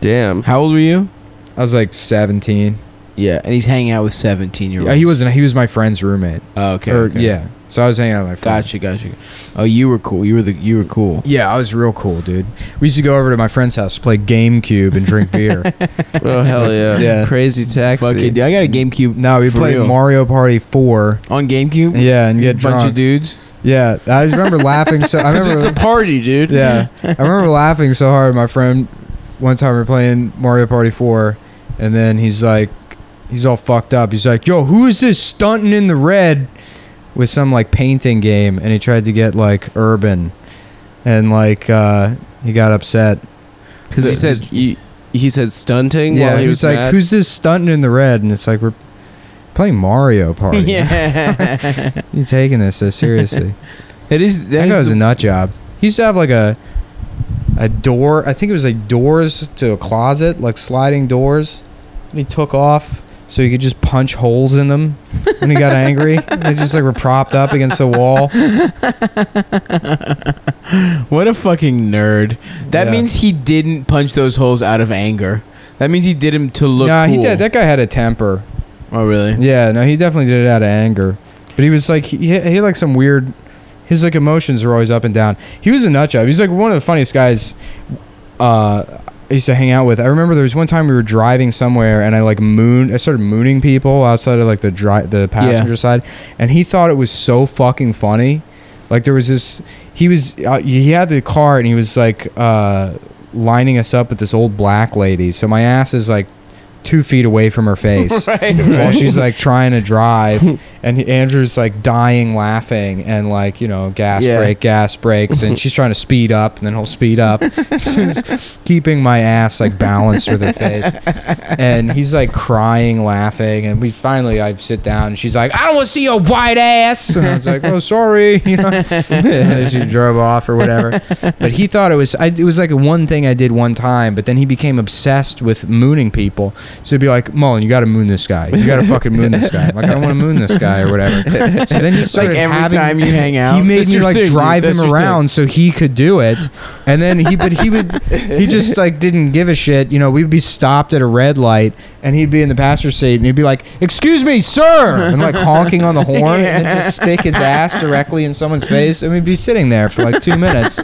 C: damn.
B: How old were you?
D: I was like 17.
B: Yeah, and he's hanging out with seventeen year olds.
D: Yeah, he wasn't. He was my friend's roommate.
B: Oh, okay,
D: or,
B: okay.
D: Yeah. So I was hanging out with my friend.
B: Gotcha, gotcha. Oh, you were cool. You were the you were cool.
D: Yeah, I was real cool, dude. We used to go over to my friend's house, play GameCube, and drink beer.
C: Oh hell yeah.
B: Yeah.
C: Crazy taxi.
B: Fuck it, dude. I got a GameCube
D: no, we
B: For
D: played
B: real?
D: Mario Party 4.
B: on GameCube.
D: Yeah, and get
B: bunch
D: drunk.
B: of dudes.
D: yeah, I just remember laughing. So I
C: 'Cause it's a
D: remember.
C: party, dude.
D: yeah, I remember laughing so hard. My friend, one time we were playing Mario Party 4, and then he's like, he's all fucked up. He's like, yo, who is this stunting in the red with some like painting game? And he tried to get like urban, and like uh, he got upset.
C: Because he said he, he said stunting.
D: yeah,
C: while
D: he was, like,
C: mad.
D: who's this stunting in the red? And it's like we're playing Mario Party.
B: yeah.
D: you taking this so seriously?
B: That is that
D: That guy
B: is
D: was
B: the-
D: a nut job. He used to have like a a door. I think it was like doors to a closet, like sliding doors. And he took off so he could just punch holes in them when he got angry. They just like were propped up against a wall.
B: what a fucking nerd. That
D: Yeah.
B: means he didn't punch those holes out of anger. That means he did him to look.
D: nah, he
B: cool.
D: did. That guy had a temper.
B: Oh really?
D: Yeah, no, he definitely did it out of anger. But he was like, he, he had like some weird. His like emotions were always up and down. He was a nut job. He was like one of the funniest guys. Uh, I used to hang out with. I remember there was one time we were driving somewhere, and I like moon. I started mooning people outside of like the dri- the passenger side, and he thought it was so fucking funny. Like there was this. He was uh, he had the car, and he was like uh, lining us up with this old black lady. So my ass is like two feet away from her face
B: Right.
D: while she's like trying to drive and he- andrew's like dying laughing and like you know gas
C: Yeah.
D: brake gas brakes and she's trying to speed up and then he'll speed up She's keeping my ass like balanced with her face and he's like crying laughing and we finally i sit down and she's like i don't want to see your white ass and i was like oh sorry you know and she drove off or whatever but he thought it was I, it was like one thing i did one time but then he became obsessed with mooning people so he'd be like, Mullen, you got to moon this guy. You got to fucking moon this guy. I'm like, I don't want to moon this guy or whatever. so then he started
B: like every
D: having,
B: time you hang out.
D: He made
C: That's
D: me
C: your
D: like
C: thing, dude.
D: drive
C: That's
D: him
C: your thing.
D: around so he could do it, and then he but he would he just like didn't give a shit. You know, we'd be stopped at a red light, and he'd be in the passenger seat, and he'd be like, "Excuse me, sir," and like honking on the horn, and then just stick his ass directly in someone's face, and we'd be sitting there for like two minutes.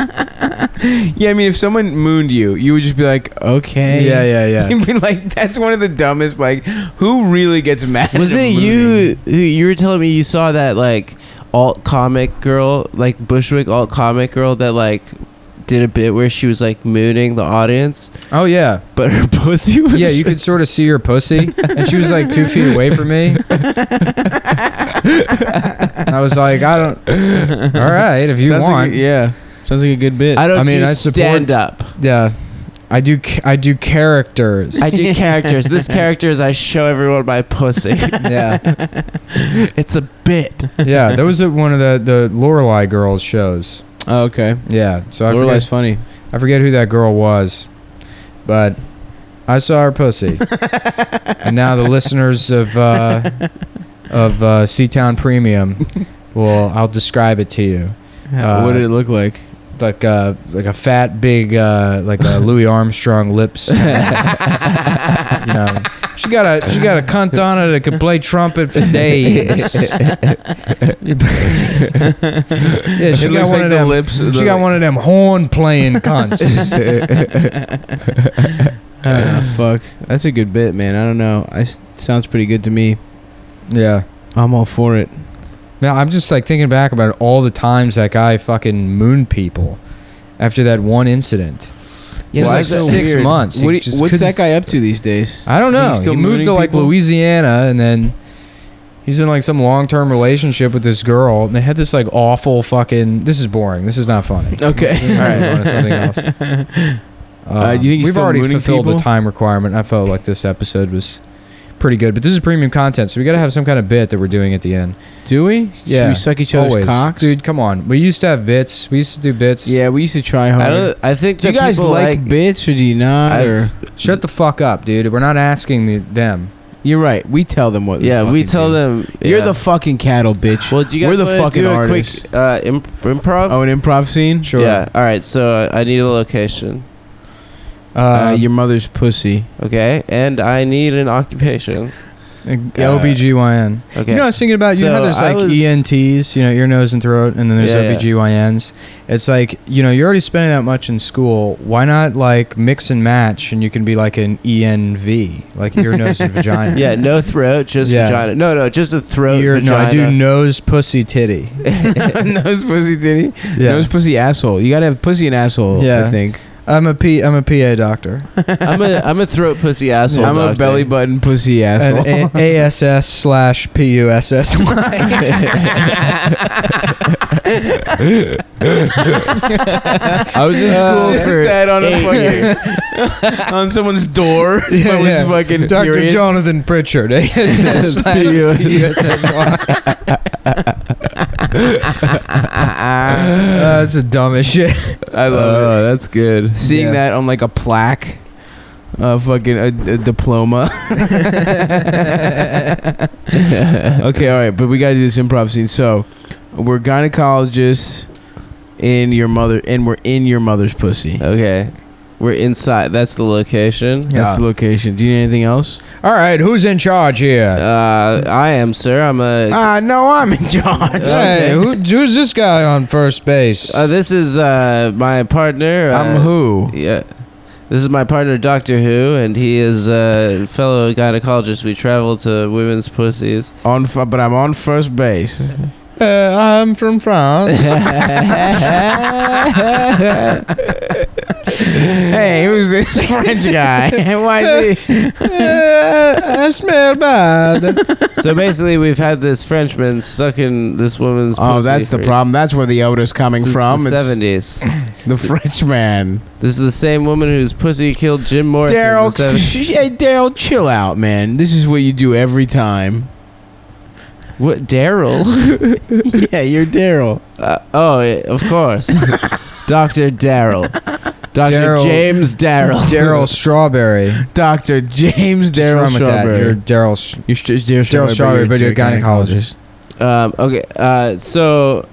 B: yeah, I mean, if someone mooned you, you would just be like, okay.
C: yeah, yeah.
B: You'd be like, that's one of the dumbest. Like, who really gets mad?
C: Was
B: at a
C: it
B: mooning?
C: you? You were telling me you saw that like alt comic girl, like Bushwick alt comic girl that like did a bit where she was like mooning the audience,
D: Oh yeah,
C: but her pussy was
D: yeah. You could sort of see her pussy, and she was like two feet away from me. and I was like, I don't. All right, if you
B: Sounds like
D: want,
B: a- yeah. Sounds like a good bit.
C: I don't.
D: I mean,
C: do
D: I support-
C: stand up.
D: yeah. I do. c- I do characters.
C: I do characters. This character is I show everyone my pussy.
D: yeah,
C: it's a bit.
D: yeah. That was at one of the the Lorelai girls shows.
B: oh, okay.
D: Yeah, so I
B: Lorelai's funny.
D: forget, I forget who that girl was, but I saw her pussy, and now the listeners of uh, of uh, Seatown Premium, well, I'll describe it to you. Uh,
B: what did it look like?
D: Like a like a fat big uh, like a Louis Armstrong lips. you know. She got a she got a cunt on it that could play trumpet for days. yeah, she
B: it
D: got
B: looks
D: one
B: like
D: of
B: the
D: them.
B: lips.
D: She got one of them horn playing cunts.
B: Ah, fuck. That's a good bit, man. I don't know. I s- sounds pretty good to me.
D: yeah.
B: I'm all for it.
D: Now I'm just like thinking back about it all the times that guy fucking moon people after that one incident.
C: Yeah,
D: it was
C: Why
D: like
C: is that
D: six
B: weird?
D: months. He
B: What do you-
D: just
B: what's
D: couldn't-
B: that guy up to these days?
D: I don't
B: He's
D: know.
B: still
D: He moved
B: mooning
D: to like
B: people?
D: Louisiana and then he's in like some long term relationship with this girl and they had this like awful fucking this is boring. This is not funny.
B: Okay.
D: All right, on to something else.
B: Uh, you think he's
D: we've
B: still
D: already
B: mooning
D: fulfilled
B: people?
D: the time requirement. I felt like this episode was pretty good, but this is premium content, so we got to have some kind of bit that we're doing at the end.
B: Do we? Should
D: Yeah.
B: we suck each other's
D: Always,
B: cocks?
D: dude. Come on, we used to have bits. We used to do bits.
B: Yeah, we used to try hard.
C: I don't. I think.
B: do you
C: that
B: guys
C: people
B: like, bits or do you not?
C: I've-
B: or
D: Shut the fuck up, dude. We're not asking the, them.
B: you're right. We tell them what.
C: yeah, we tell
B: them.
C: them.
B: You're
C: yeah.
B: the fucking cattle, bitch.
C: Well, do you
B: We're
C: guys
B: the
C: wanna
B: fucking
C: do a
B: artists.
C: quick uh, imp- improv?
B: Oh, an improv scene.
D: Sure.
C: Yeah. All right. So uh, I need a location.
B: Uh,
D: Uh,
B: your mother's pussy.
C: Okay. And I need an occupation.
D: uh, OBGYN.
C: Okay.
D: You know, I was thinking about you know how
C: So
D: there's
C: I
D: like
C: was-
D: ENTs, you know, ear, nose, and throat, and then there's
C: Yeah, yeah.
D: OBGYNs. It's like, you know, you're already spending that much in school. Why not like mix and match and you can be like an ENV, like ear, nose, and vagina?
C: yeah. No throat. Just
D: Yeah.
C: vagina. No. No. Just a throat.
D: Ear, no, I do
C: vagina.
D: nose, pussy, titty.
B: Nose pussy titty.
D: Yeah.
B: Nose pussy asshole. You gotta have pussy and asshole. I
D: Yeah.
B: think.
D: I'm a P. I'm a PA doctor.
C: I'm a I'm a throat pussy asshole.
B: I'm a
C: doctor.
B: belly button pussy asshole.
D: An a- ASS slash PUSS.
B: I was in
D: school
C: for
B: that on
C: eight
B: a fucking, on someone's door. but with fucking
D: Dr.
B: periods.
D: Jonathan Pritchard. ASS slash PUSS. Uh, that's the dumbest shit.
B: I love it.
C: that's good.
B: Seeing
D: yeah.
B: that on like a plaque, uh, fucking a, a diploma. okay, all right, but we gotta do this improv scene. So, we're gynecologists in your mother, and we're in your mother's pussy.
C: Okay. We're inside. That's the location.
D: Yeah.
B: That's the location. Do you need anything else?
D: All right, who's in charge here?
C: Uh, I am, sir. I'm a.
B: Uh, no, I'm in charge.
D: hey, who, who's this guy on first base?
C: Uh, this is uh, my partner.
B: I'm
C: uh,
B: who?
C: Yeah. This is my partner, Doctor Who, and he is a fellow gynecologist. We travel to women's pussies.
B: On, f- but I'm on first base.
D: Uh, I'm from France.
B: hey, who's this French guy? Why is he?
D: Uh, I smell bad.
C: so basically, we've had this Frenchman sucking this woman's
B: Oh,
C: pussy
B: that's the
C: for-
B: problem. That's where the odor's coming
C: since
B: from.
C: the
B: It's
C: 70s.
B: the French man.
C: This is the same woman whose pussy killed Jim Morrison. in the
B: Daryl,
C: 70s.
B: sh- hey, Daryl, chill out, man. This is what you do every time.
C: What, Daryl?
B: yeah, you're Daryl.
C: Uh, oh, yeah, of course. Dr. Daryl. Dr.
D: Daryl-
C: James Darrell.
D: Daryl Strawberry.
B: Dr. James
D: Just
B: Daryl
D: run with that. You're
B: Strawberry.
D: Daryl. S-
B: You're st- Daryl
D: Daryl Strawberry, but you're a gynecologist.
C: Um, okay, uh, so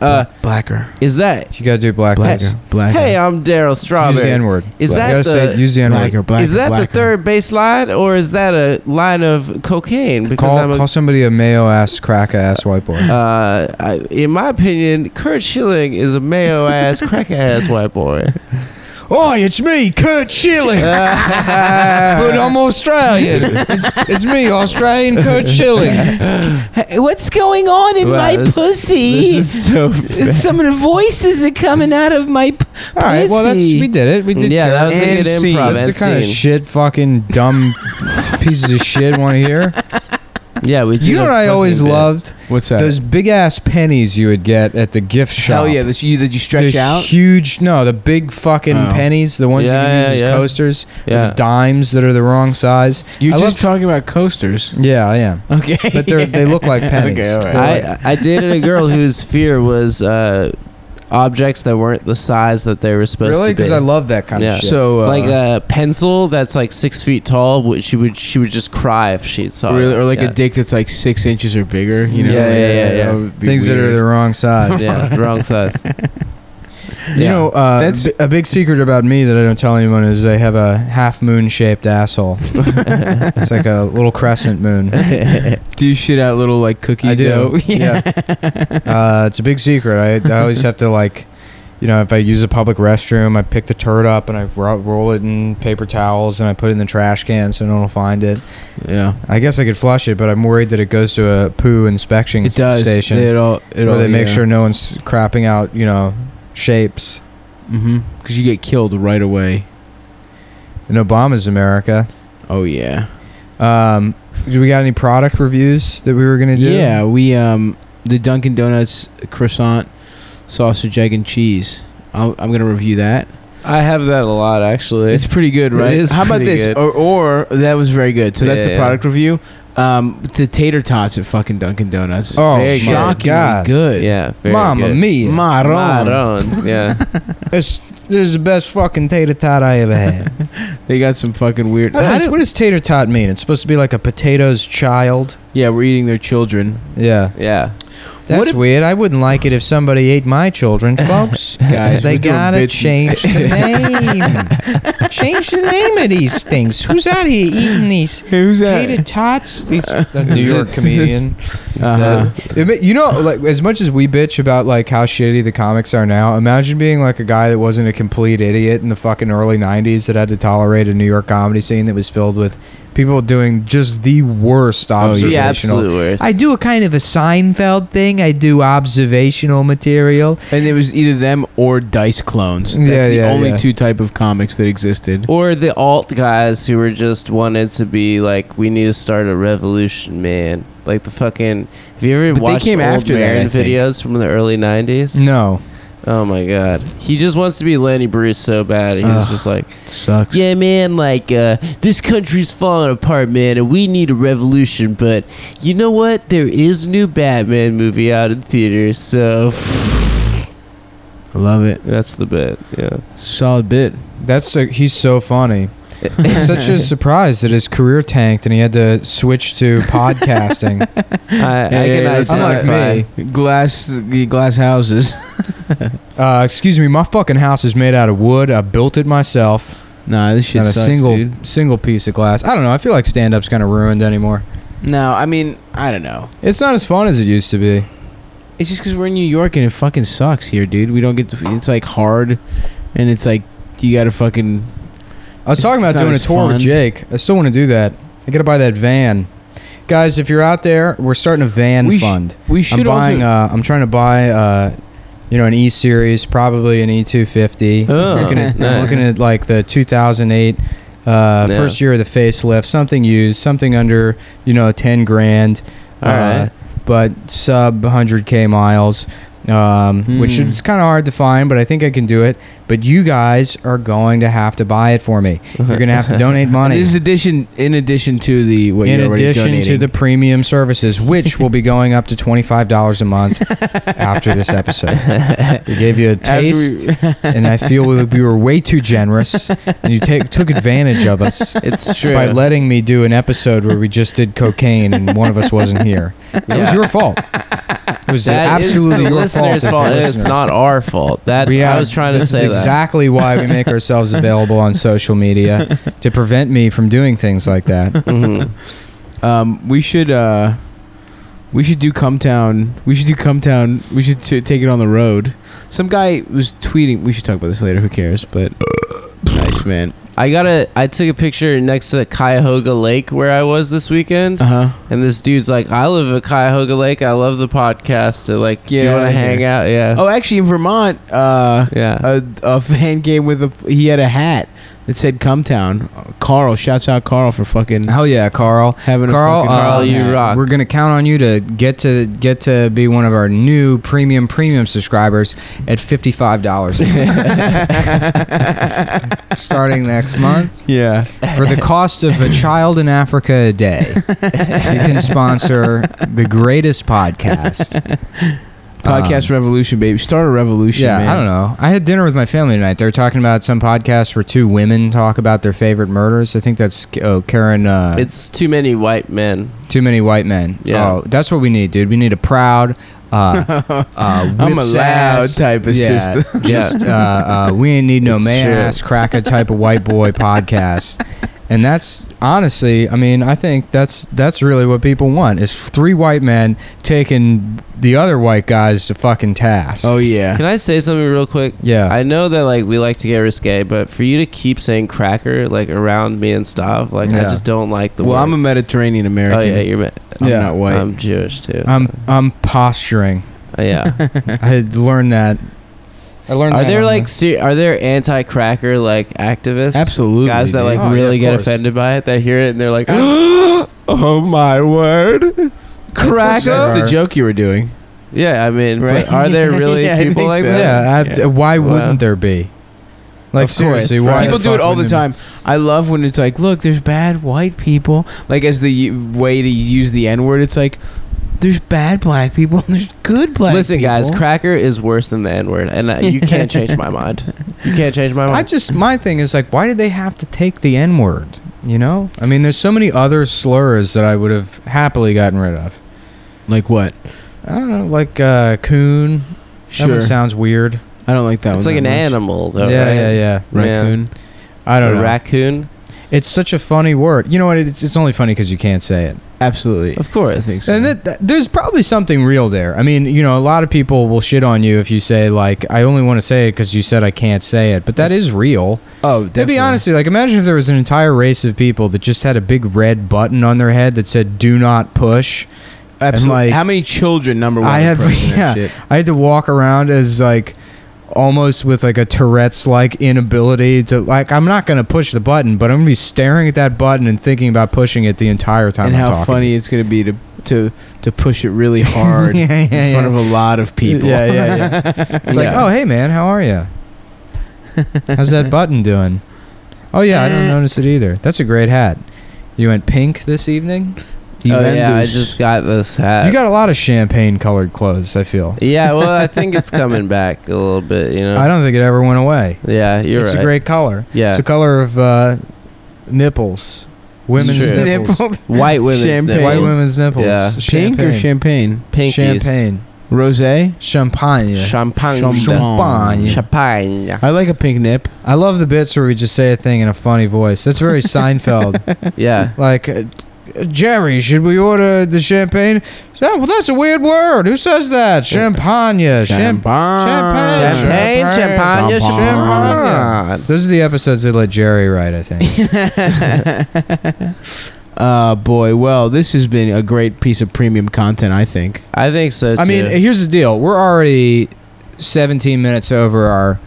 C: uh,
B: Blacker.
C: is that?
D: You gotta do black.
B: Blacker. Blacker.
C: Hey, I'm Daryl
D: Use the
C: Strawberry.
D: N word.
C: Is
D: You
C: that
D: gotta say
C: the
D: use the N word.
B: blacker, blacker,
C: is that
B: blacker.
C: the third base line or is that a line of cocaine? Because
D: Call,
C: I'm a,
D: call somebody a mayo ass crack ass white boy.
C: uh, I, in my opinion, Kurt Schilling is a mayo ass crack ass white boy.
D: Oh, it's me, Kurt Schilling. but I'm Australian. It's, it's me, Australian Kurt Schilling.
B: Hey, what's going on in
C: Wow,
B: my
C: this-
B: pussy?
C: This is so.
B: Some of the voices are coming out of my. P-
D: All right, well that's
B: Pussy.
D: we did it. We did.
C: Yeah, that
D: Kurt.
C: was a
D: And
C: good
D: scene.
C: improv. And
D: That's the kind
C: scene.
D: of shit, fucking dumb pieces of shit. Want to hear?
C: Yeah, we.
D: You know what I always loved?
B: What's that?
D: Those big ass pennies you would get at the gift shop.
B: Hell yeah! This you that you stretch
D: the
B: out.
D: Huge, no, the big fucking
B: Oh.
D: pennies, the ones
C: Yeah,
D: you can
C: yeah,
D: use
C: yeah.
D: as coasters,
C: Yeah.
D: the dimes that are the wrong size.
B: You're
D: I
B: just
D: love-
B: talking about coasters.
D: Yeah, I am.
B: Okay,
D: But they're, they look like pennies.
B: Okay, all right.
C: I, I dated a girl whose fear was uh, objects that weren't the size that they were supposed
D: Really?
C: to be.
D: Because I love that kind
C: Yeah.
D: of shit.
B: so uh,
C: like a pencil that's like six feet tall. would- She would she would just cry if she saw
B: really,
C: it.
B: or like
C: uh, yeah.
B: a dick that's like six inches or bigger. You know?
C: Yeah,
B: Like,
C: yeah, yeah,
B: that
C: yeah.
B: would be
D: Things that are
B: weird.
D: the wrong size.
C: yeah, wrong size.
D: You
C: Yeah.
D: know, uh,
B: That's-
D: b- a big secret about me that I don't tell anyone is I have a half moon shaped asshole. it's like a little crescent moon.
B: Do you shit out little like cookie
D: I
B: dough?
D: do. yeah. Uh, it's a big secret. I, I always have to like, you know, if I use a public restroom, I pick the turd up and I ro- roll it in paper towels and I put it in the trash can so no one will find it.
B: yeah.
D: I guess I could flush it, but I'm worried that it goes to a poo inspection
B: It does.
D: station
B: It all. It
D: where
B: all.
D: they make
B: yeah.
D: sure no one's crapping out, you know, shapes.
B: Mhm. Because you get killed right away.
D: In Obama's America.
B: Oh yeah.
D: Um, do we got any product reviews that we were gonna do?
B: Yeah, we um the Dunkin' Donuts croissant, sausage, egg, and cheese. I'll, I'm gonna review that.
C: I have that a lot actually.
B: It's pretty good,
C: It
B: right?
C: is
B: How about
C: pretty
B: this?
C: good.
B: Or, or that was very good. So that's
C: Yeah,
B: the
C: yeah.
B: product review. Um, the tater tots at fucking Dunkin' Donuts.
D: Oh
C: Very
D: my
B: shockingly
D: god.
B: good.
C: yeah, very
D: Mama
C: good.
D: mia.
B: Maron.
C: Maron, yeah.
D: This, this is the best fucking tater tot I ever had.
B: They got some fucking weird.
D: How
B: How
D: does-
B: do-
D: what does tater tot mean? It's supposed to be like a potato's child.
B: yeah, we're eating their children,
D: Yeah,
C: yeah.
D: that's
B: What if-
D: weird. I wouldn't like it if somebody ate my children, folks.
B: guys.
D: they
B: we're doing
D: gotta
B: bits-
D: change the name. change the name of these things. Who's out here eating these
B: Who's
D: tater
B: that?
D: tots? These the New York comedian.
B: Uh-huh.
D: It ma- you know, like as much as we bitch about like how shitty the comics are now, imagine being like a guy that wasn't a complete idiot in the fucking early '90s that had to tolerate a New York comedy scene that was filled with people doing just the worst observational.
C: The absolute worst.
D: I do a kind of a Seinfeld thing. I do observational material.
B: And it was either them or Dice Clones. That's
D: Yeah,
B: the
D: yeah,
B: only
D: yeah.
B: two type of comics that existed.
C: Or the alt guys who were just wanted to be like, we need to start a revolution, man. Like the fucking. Have you ever
B: But they
C: watched
B: came
C: old
B: after that,
C: Marin
B: I think. Mm.
C: videos from the early '90s?
D: No,
C: Oh my god, he just wants to be Lenny Bruce so bad. He's
B: Ugh.
C: just like,
B: Sucks.
C: yeah, man. Like uh, this country's falling apart, man, and we need a revolution. But you know what? There is a new Batman movie out in theaters, so
B: I love it.
C: that's the bit. Yeah.
B: Solid bit.
D: that's a, he's so funny. It's Such a surprise that his career tanked and he had to switch to podcasting.
C: I, I
B: Yeah,
C: can
B: yeah, that's
D: Unlike
C: identify.
D: me.
B: Glass, the glass houses.
D: Uh, excuse me, my fucking house is made out of wood. I built it myself.
B: Nah, this shit
D: not a
B: sucks,
D: single
B: dude.
D: single piece of glass. I don't know. I feel like stand up's kind of ruined anymore.
B: No, I mean, I don't know.
D: It's not as fun as it used to be.
B: It's just because we're in New York and it fucking sucks here, dude. We don't get. To, it's like hard, and it's like you gotta fucking.
D: I was
B: It's-
D: talking about
B: it's not
D: doing a
B: as
D: tour
B: fun.
D: with Jake. I still want to do that. I got to buy that van. Guys, if you're out there, we're starting a van
B: We sh-
D: fund.
B: We
D: I'm
B: should
D: buying.
B: also.
D: uh, I'm trying to buy. Uh, you know, an E series, probably an E E250.
C: Oh,
D: looking, at,
C: nice.
D: looking at like the 2008 uh, first year of the facelift, something used, something under you know 10 grand. uh,
C: All right.
D: but sub 100k miles. um, which
B: Hmm.
D: is kind of hard to find, but I think I can do it. But you guys are going to have to buy it for me. You're going to have to donate money.
B: This is addition in addition to the what
D: in
B: you're already
D: addition to
B: donating.
D: the premium services, which will be going up to twenty five dollars a month after this episode. We gave you a taste, and I feel that we were way too generous, and you take, took advantage of us
C: It's true.
D: by letting me do an episode where we just did cocaine and one of us wasn't here. It was
C: Yeah.
D: your fault. It was
C: That is
D: absolutely
C: the
D: your
C: listener's
D: fault.
C: fault.
D: as the
C: It's
D: listeners.
C: not our fault. That
D: We
C: I
D: have-
C: was trying to
D: this
C: say
D: is exactly why we make ourselves available on social media to prevent me from doing things like that.
C: that. Mhm.
B: um, we should uh, we should do Cumtown. We should do Cumtown. We should t- take it on the road. Some guy was tweeting. We should talk about this later. Who cares? But nice man.
C: I got a. I took a picture next to Cuyahoga Lake where I was this weekend,
B: Uh huh.
C: and this dude's like, "I live at Cuyahoga Lake. I love the podcast. So like, do you
B: Yeah,
C: want to
B: yeah.
C: hang out? Yeah,
B: Oh, actually, in Vermont, uh,
C: yeah.
B: a, a fan game with a he had a hat that said "Cumtown." Carl, shouts out Carl for fucking
D: Hell yeah, Carl.
B: having
D: Uh, Carl,
B: a fucking
D: uh,
C: Carl, you
B: hat.
C: rock.
D: We're gonna count on you to get to get to be one of our new premium premium subscribers at fifty five dollars starting next month.
B: Yeah.
D: For the cost of a child in Africa a day, you can sponsor the greatest podcast.
B: Podcast
D: Um,
B: revolution, baby. Start a revolution.
D: yeah,
B: man.
D: I don't know. I had dinner with my family tonight. They were talking about some podcast where two women talk about their favorite murders. I think that's oh, Karen. Uh,
C: it's too many white men.
D: Too many white men.
C: Yeah.
D: Oh, that's what we need, dude. We need a proud, uh, uh,
B: I'm a
D: whips
B: loud
D: ass-
B: type of
D: yeah,
B: system.
D: Just uh, uh, we ain't need no
C: It's
D: man
C: true.
D: ass cracker type of white boy podcast. And that's honestly, I mean, I think that's that's really what people want is three white men taking the other white guys to fucking task.
B: Oh yeah.
C: Can I say something real quick?
D: yeah.
C: I know that like we like to get risque, but for you to keep saying cracker like around me and stuff, like I
D: Yeah.
C: just don't like the
B: Well,
C: word.
B: I'm a Mediterranean
C: oh
B: American.
C: yeah, you're ma-
B: I'm
D: Yeah.
B: not white.
C: I'm Jewish too.
D: I'm I'm posturing.
C: Uh, yeah.
D: I had learned that. I learned.
C: Are
D: that
C: there
D: on
C: like ser- are there anti-cracker like activists?
B: Absolutely.
C: Guys that
B: dude.
C: like
D: Oh, yeah,
C: really
D: of
C: get
D: course.
C: offended by it, they hear it and they're like, "Oh my word,
B: That's
D: Cracker?
C: cracker!"
B: the joke you were doing.
C: Yeah, I mean,
B: Right.
C: but are there
B: Yeah,
C: really
B: I
C: people
B: think
C: like
B: so.
C: that?
D: Yeah, I,
B: Yeah.
D: why
C: Wow.
D: wouldn't there be? Like
C: Of course,
D: seriously, why
C: right.
D: the
B: people do
D: fuck
B: it all the
D: wouldn't
B: time. I love when it's like, look, there's bad white people. Like as the y- way to use the N word, it's like there's bad black people and there's good black.
C: Listen,
B: people.
C: guys, cracker is worse than the N word, and uh, you can't change my mind. You can't change my
D: I
B: Oh.
C: mind.
D: just my thing is like, why did they have to take the N word? You know, I mean, there's so many other slurs that I would have happily gotten rid of.
B: like what?
D: I don't know, like uh, coon. That
B: Sure.
D: one sounds weird.
B: I don't like that.
C: it's
B: one
C: like an
B: that much.
C: animal, though.
D: yeah,
C: right?
D: yeah, yeah.
C: Yeah.
B: Raccoon.
D: I don't
C: a
D: know.
C: raccoon,
D: it's such a funny word. You know what? It's, it's only funny because you can't say it.
B: Absolutely.
C: of course.
B: I think so.
D: And that, that- there's probably something real there. I mean, you know, a lot of people will shit on you if you say like, "I only want to say it because you said I can't say it," but that is real.
B: Oh,
D: To be honest, like imagine if there was an entire race of people that just had a big red button on their head that said "Do not push."
B: absolutely.
D: like-
B: How many children? Number one.
D: I had-
B: impression and
D: yeah.
B: shit.
D: I had to walk around as like almost with like a Tourette's like inability to like I'm not gonna push the button, but I'm gonna be staring at that button and thinking about pushing it the entire time.
B: and
D: I'm
B: how
D: talking.
B: funny it's going to be to to to push it really hard
D: Yeah, yeah,
B: in front
D: yeah.
B: of a lot of people.
D: Yeah, yeah, yeah. It's like,
C: Yeah.
D: oh hey man, how are you? How's that button doing? Oh yeah, I
B: Eh.
D: don't notice it either. That's a great hat. You went pink this evening.
C: Oh,
B: Juventus.
C: yeah, I just got this
B: Uh,
C: hat.
D: you got a lot of champagne colored clothes. I feel.
C: yeah, well, I think it's coming back a little bit. You know.
D: I don't think it ever went away.
C: yeah, you're
D: it's
C: right.
D: a great color.
C: yeah,
D: It's a color of uh, nipples, women's
C: Sure.
D: nipples,
B: Nipple.
C: white women's
B: Champagne.
C: nipples.
D: white women's nipples.
C: Yeah.
B: Pink or champagne?
C: Pinkies.
D: champagne,
B: Rosé?
D: champagne.
C: Champagne.
D: Champagne.
C: Champagne.
B: I like a pink nip.
D: I love the bits where we just say a thing in a funny voice. That's very Seinfeld.
C: Yeah.
D: Like, uh, Jerry, should we order the champagne? Oh, well, that's a weird word. Who says that? Champagne. Champ-
B: Uh, Champagne.
C: Champagne.
D: Champagne.
C: Champagne.
B: Champagne.
C: Champagne.
D: Those are the episodes they let Jerry write, I think.
B: Uh, boy. Well, this has been a great piece of premium content, I think.
C: I think so too.
D: I mean, here's the deal. We're already 17 minutes over our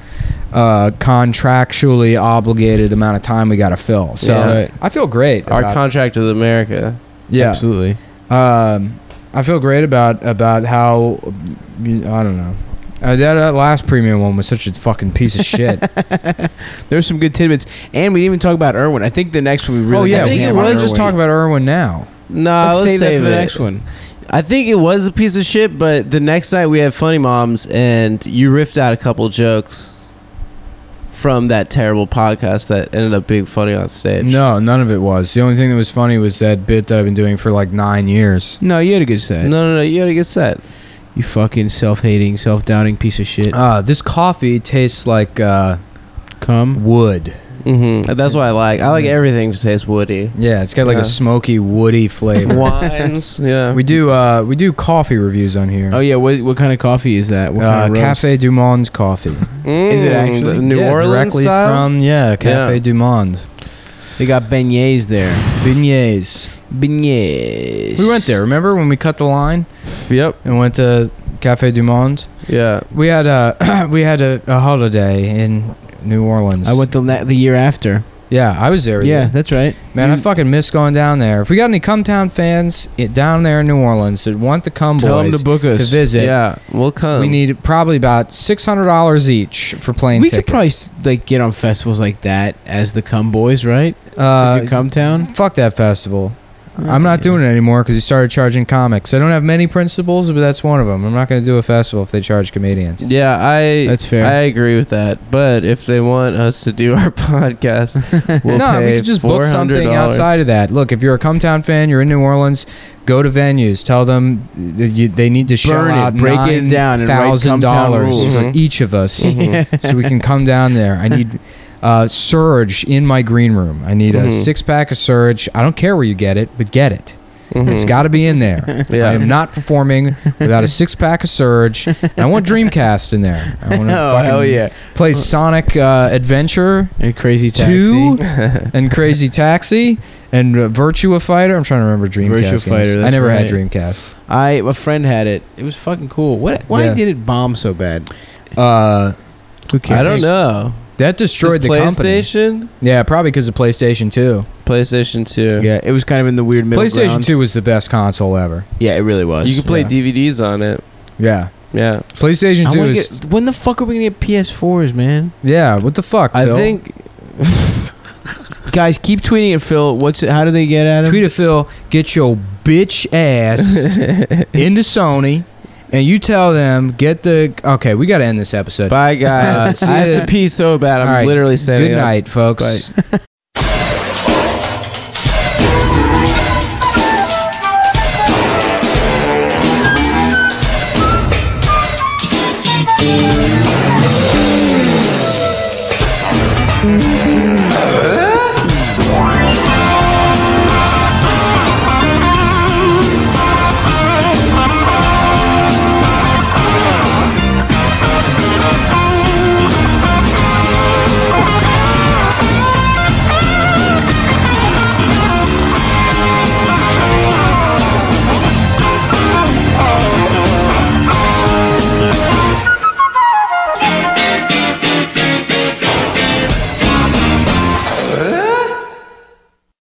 D: uh, contractually obligated amount of time we got to fill. So uh,
C: Yeah.
B: Right.
D: I feel great.
C: our
D: about-
C: contract with America.
D: yeah.
B: Absolutely.
D: Um, I feel great about about how I don't know. Uh, that uh, last premium one was such a fucking piece of shit.
B: There's some good tidbits, and we didn't even talk about Irwin. I think the next one we really.
D: oh yeah,
B: gotta
D: we
B: hammer
D: can.
B: on
D: Let's just
B: Irwin.
D: talk about Irwin now.
C: Nah, let's,
B: let's, save, that for the
C: it.
B: next one.
C: I think it was a piece of shit, but the next night we had Funny Moms, and you riffed out a couple jokes from that terrible podcast that ended up being funny on stage.
D: No, none of it was. The only thing that was funny was that bit that I've been doing for like nine years.
B: No, you had a good set.
C: no, no, no. You had a good set.
B: You fucking self-hating, self-doubting piece of shit.
D: Uh, this coffee tastes like uh,
B: Come.
D: wood.
C: hmm That's what I like. I like everything to taste woody.
D: Yeah, it's got like
C: Yeah.
D: a smoky, woody flavor.
C: Wines, yeah.
D: we do uh, we do coffee reviews on here.
B: Oh yeah, what what kind of coffee is that? What
D: uh,
B: kind of roast?
D: Cafe Du Monde's coffee.
C: Mm,
B: Is it actually?
C: the New
D: Yeah,
C: Orleans
D: directly
C: style?
D: from yeah Cafe
C: Yeah.
D: Du Monde.
B: They got beignets there.
D: Beignets.
B: Beignets.
D: We went there. Remember when we cut the line
C: Yep.
D: and went to Cafe Du Monde?
C: Yeah.
D: We had a we had a, a holiday in New Orleans.
B: I went the na- the year after.
D: Yeah, I was there. with
B: Yeah,
D: you.
B: that's right.
D: man, I fucking miss going down there. If we got any Come Town fans it, down there in New Orleans that want the Come
B: Tell them
D: Boys
B: to book
D: to
B: us.
D: visit,
C: Yeah. We'll come.
D: we need probably about six hundred dollars each for plane
B: we could
D: tickets.
B: probably like get on festivals like that as the Cum Boys, right?
D: uh,
B: to do Cum Town.
D: fuck that festival. I'm not doing it anymore because he started charging comics. I don't have many principles, but that's one of them. I'm not going to do a festival if they charge comedians.
C: Yeah, I
B: That's fair.
C: I agree with that. But if they want us to do our podcast, we'll
D: no, we
C: pay
D: could just book something
C: $400.
D: outside of that. Look, if you're a Cumtown fan, you're in New Orleans, go to venues. Tell them that you, they need to shell
B: Burn it,
D: out
B: break it down, and write Mm-hmm.
D: thousand
B: Cumtown
D: dollars
C: rules.
D: for
C: Mhm.
D: each of us, so we can come down there. I need uh, surge in my green room. I need a
B: Mm-hmm.
C: Mhm.
D: six pack of surge. I don't care where you get it, but get it.
B: Mm-hmm.
C: Mhm.
D: It's got to be in there.
C: Yeah.
D: I am not performing without a six pack of Surge. And I want Dreamcast in there. I want to
B: oh
D: fucking
B: hell yeah!
D: play Sonic uh, Adventure
B: And Crazy Taxi.
D: Two and Crazy Taxi and uh, Virtua Fighter. I'm trying to remember Dreamcast.
B: Virtua
D: games.
B: Fighter,
D: I
B: that's
D: never had
B: right.
D: Dreamcast.
B: I a friend had it. It was fucking cool. What? Why
D: Yeah.
B: did it bomb so bad?
D: Uh,
B: Who cares?
C: I don't know.
D: that
C: Just
D: destroyed the company.
C: PlayStation,
D: Yeah, probably because of PlayStation Two.
C: PlayStation Two.
B: Yeah, it was kind of in the weird middle
D: PlayStation
B: ground.
D: Two was the best console ever.
B: Yeah, it really was.
C: you can play
D: Yeah.
C: DVDs on it.
D: Yeah,
C: Yeah,
D: PlayStation
B: I
D: Two
B: wanna
D: is.
B: get, when the fuck are we gonna get PS4s, man?
D: yeah, what the fuck?
C: I
D: Phil?
C: think
B: Guys, keep tweeting it, Phil. What's it, how do they get at it?
D: Tweet at Phil, get your bitch ass into Sony, and you tell them get the. Okay, we got to end this episode.
C: bye
D: Uh,
C: guys.
D: see
C: I
D: ya.
C: have to pee so bad. I'm
D: All right.
C: literally saying
D: Good night, folks.
C: Bye.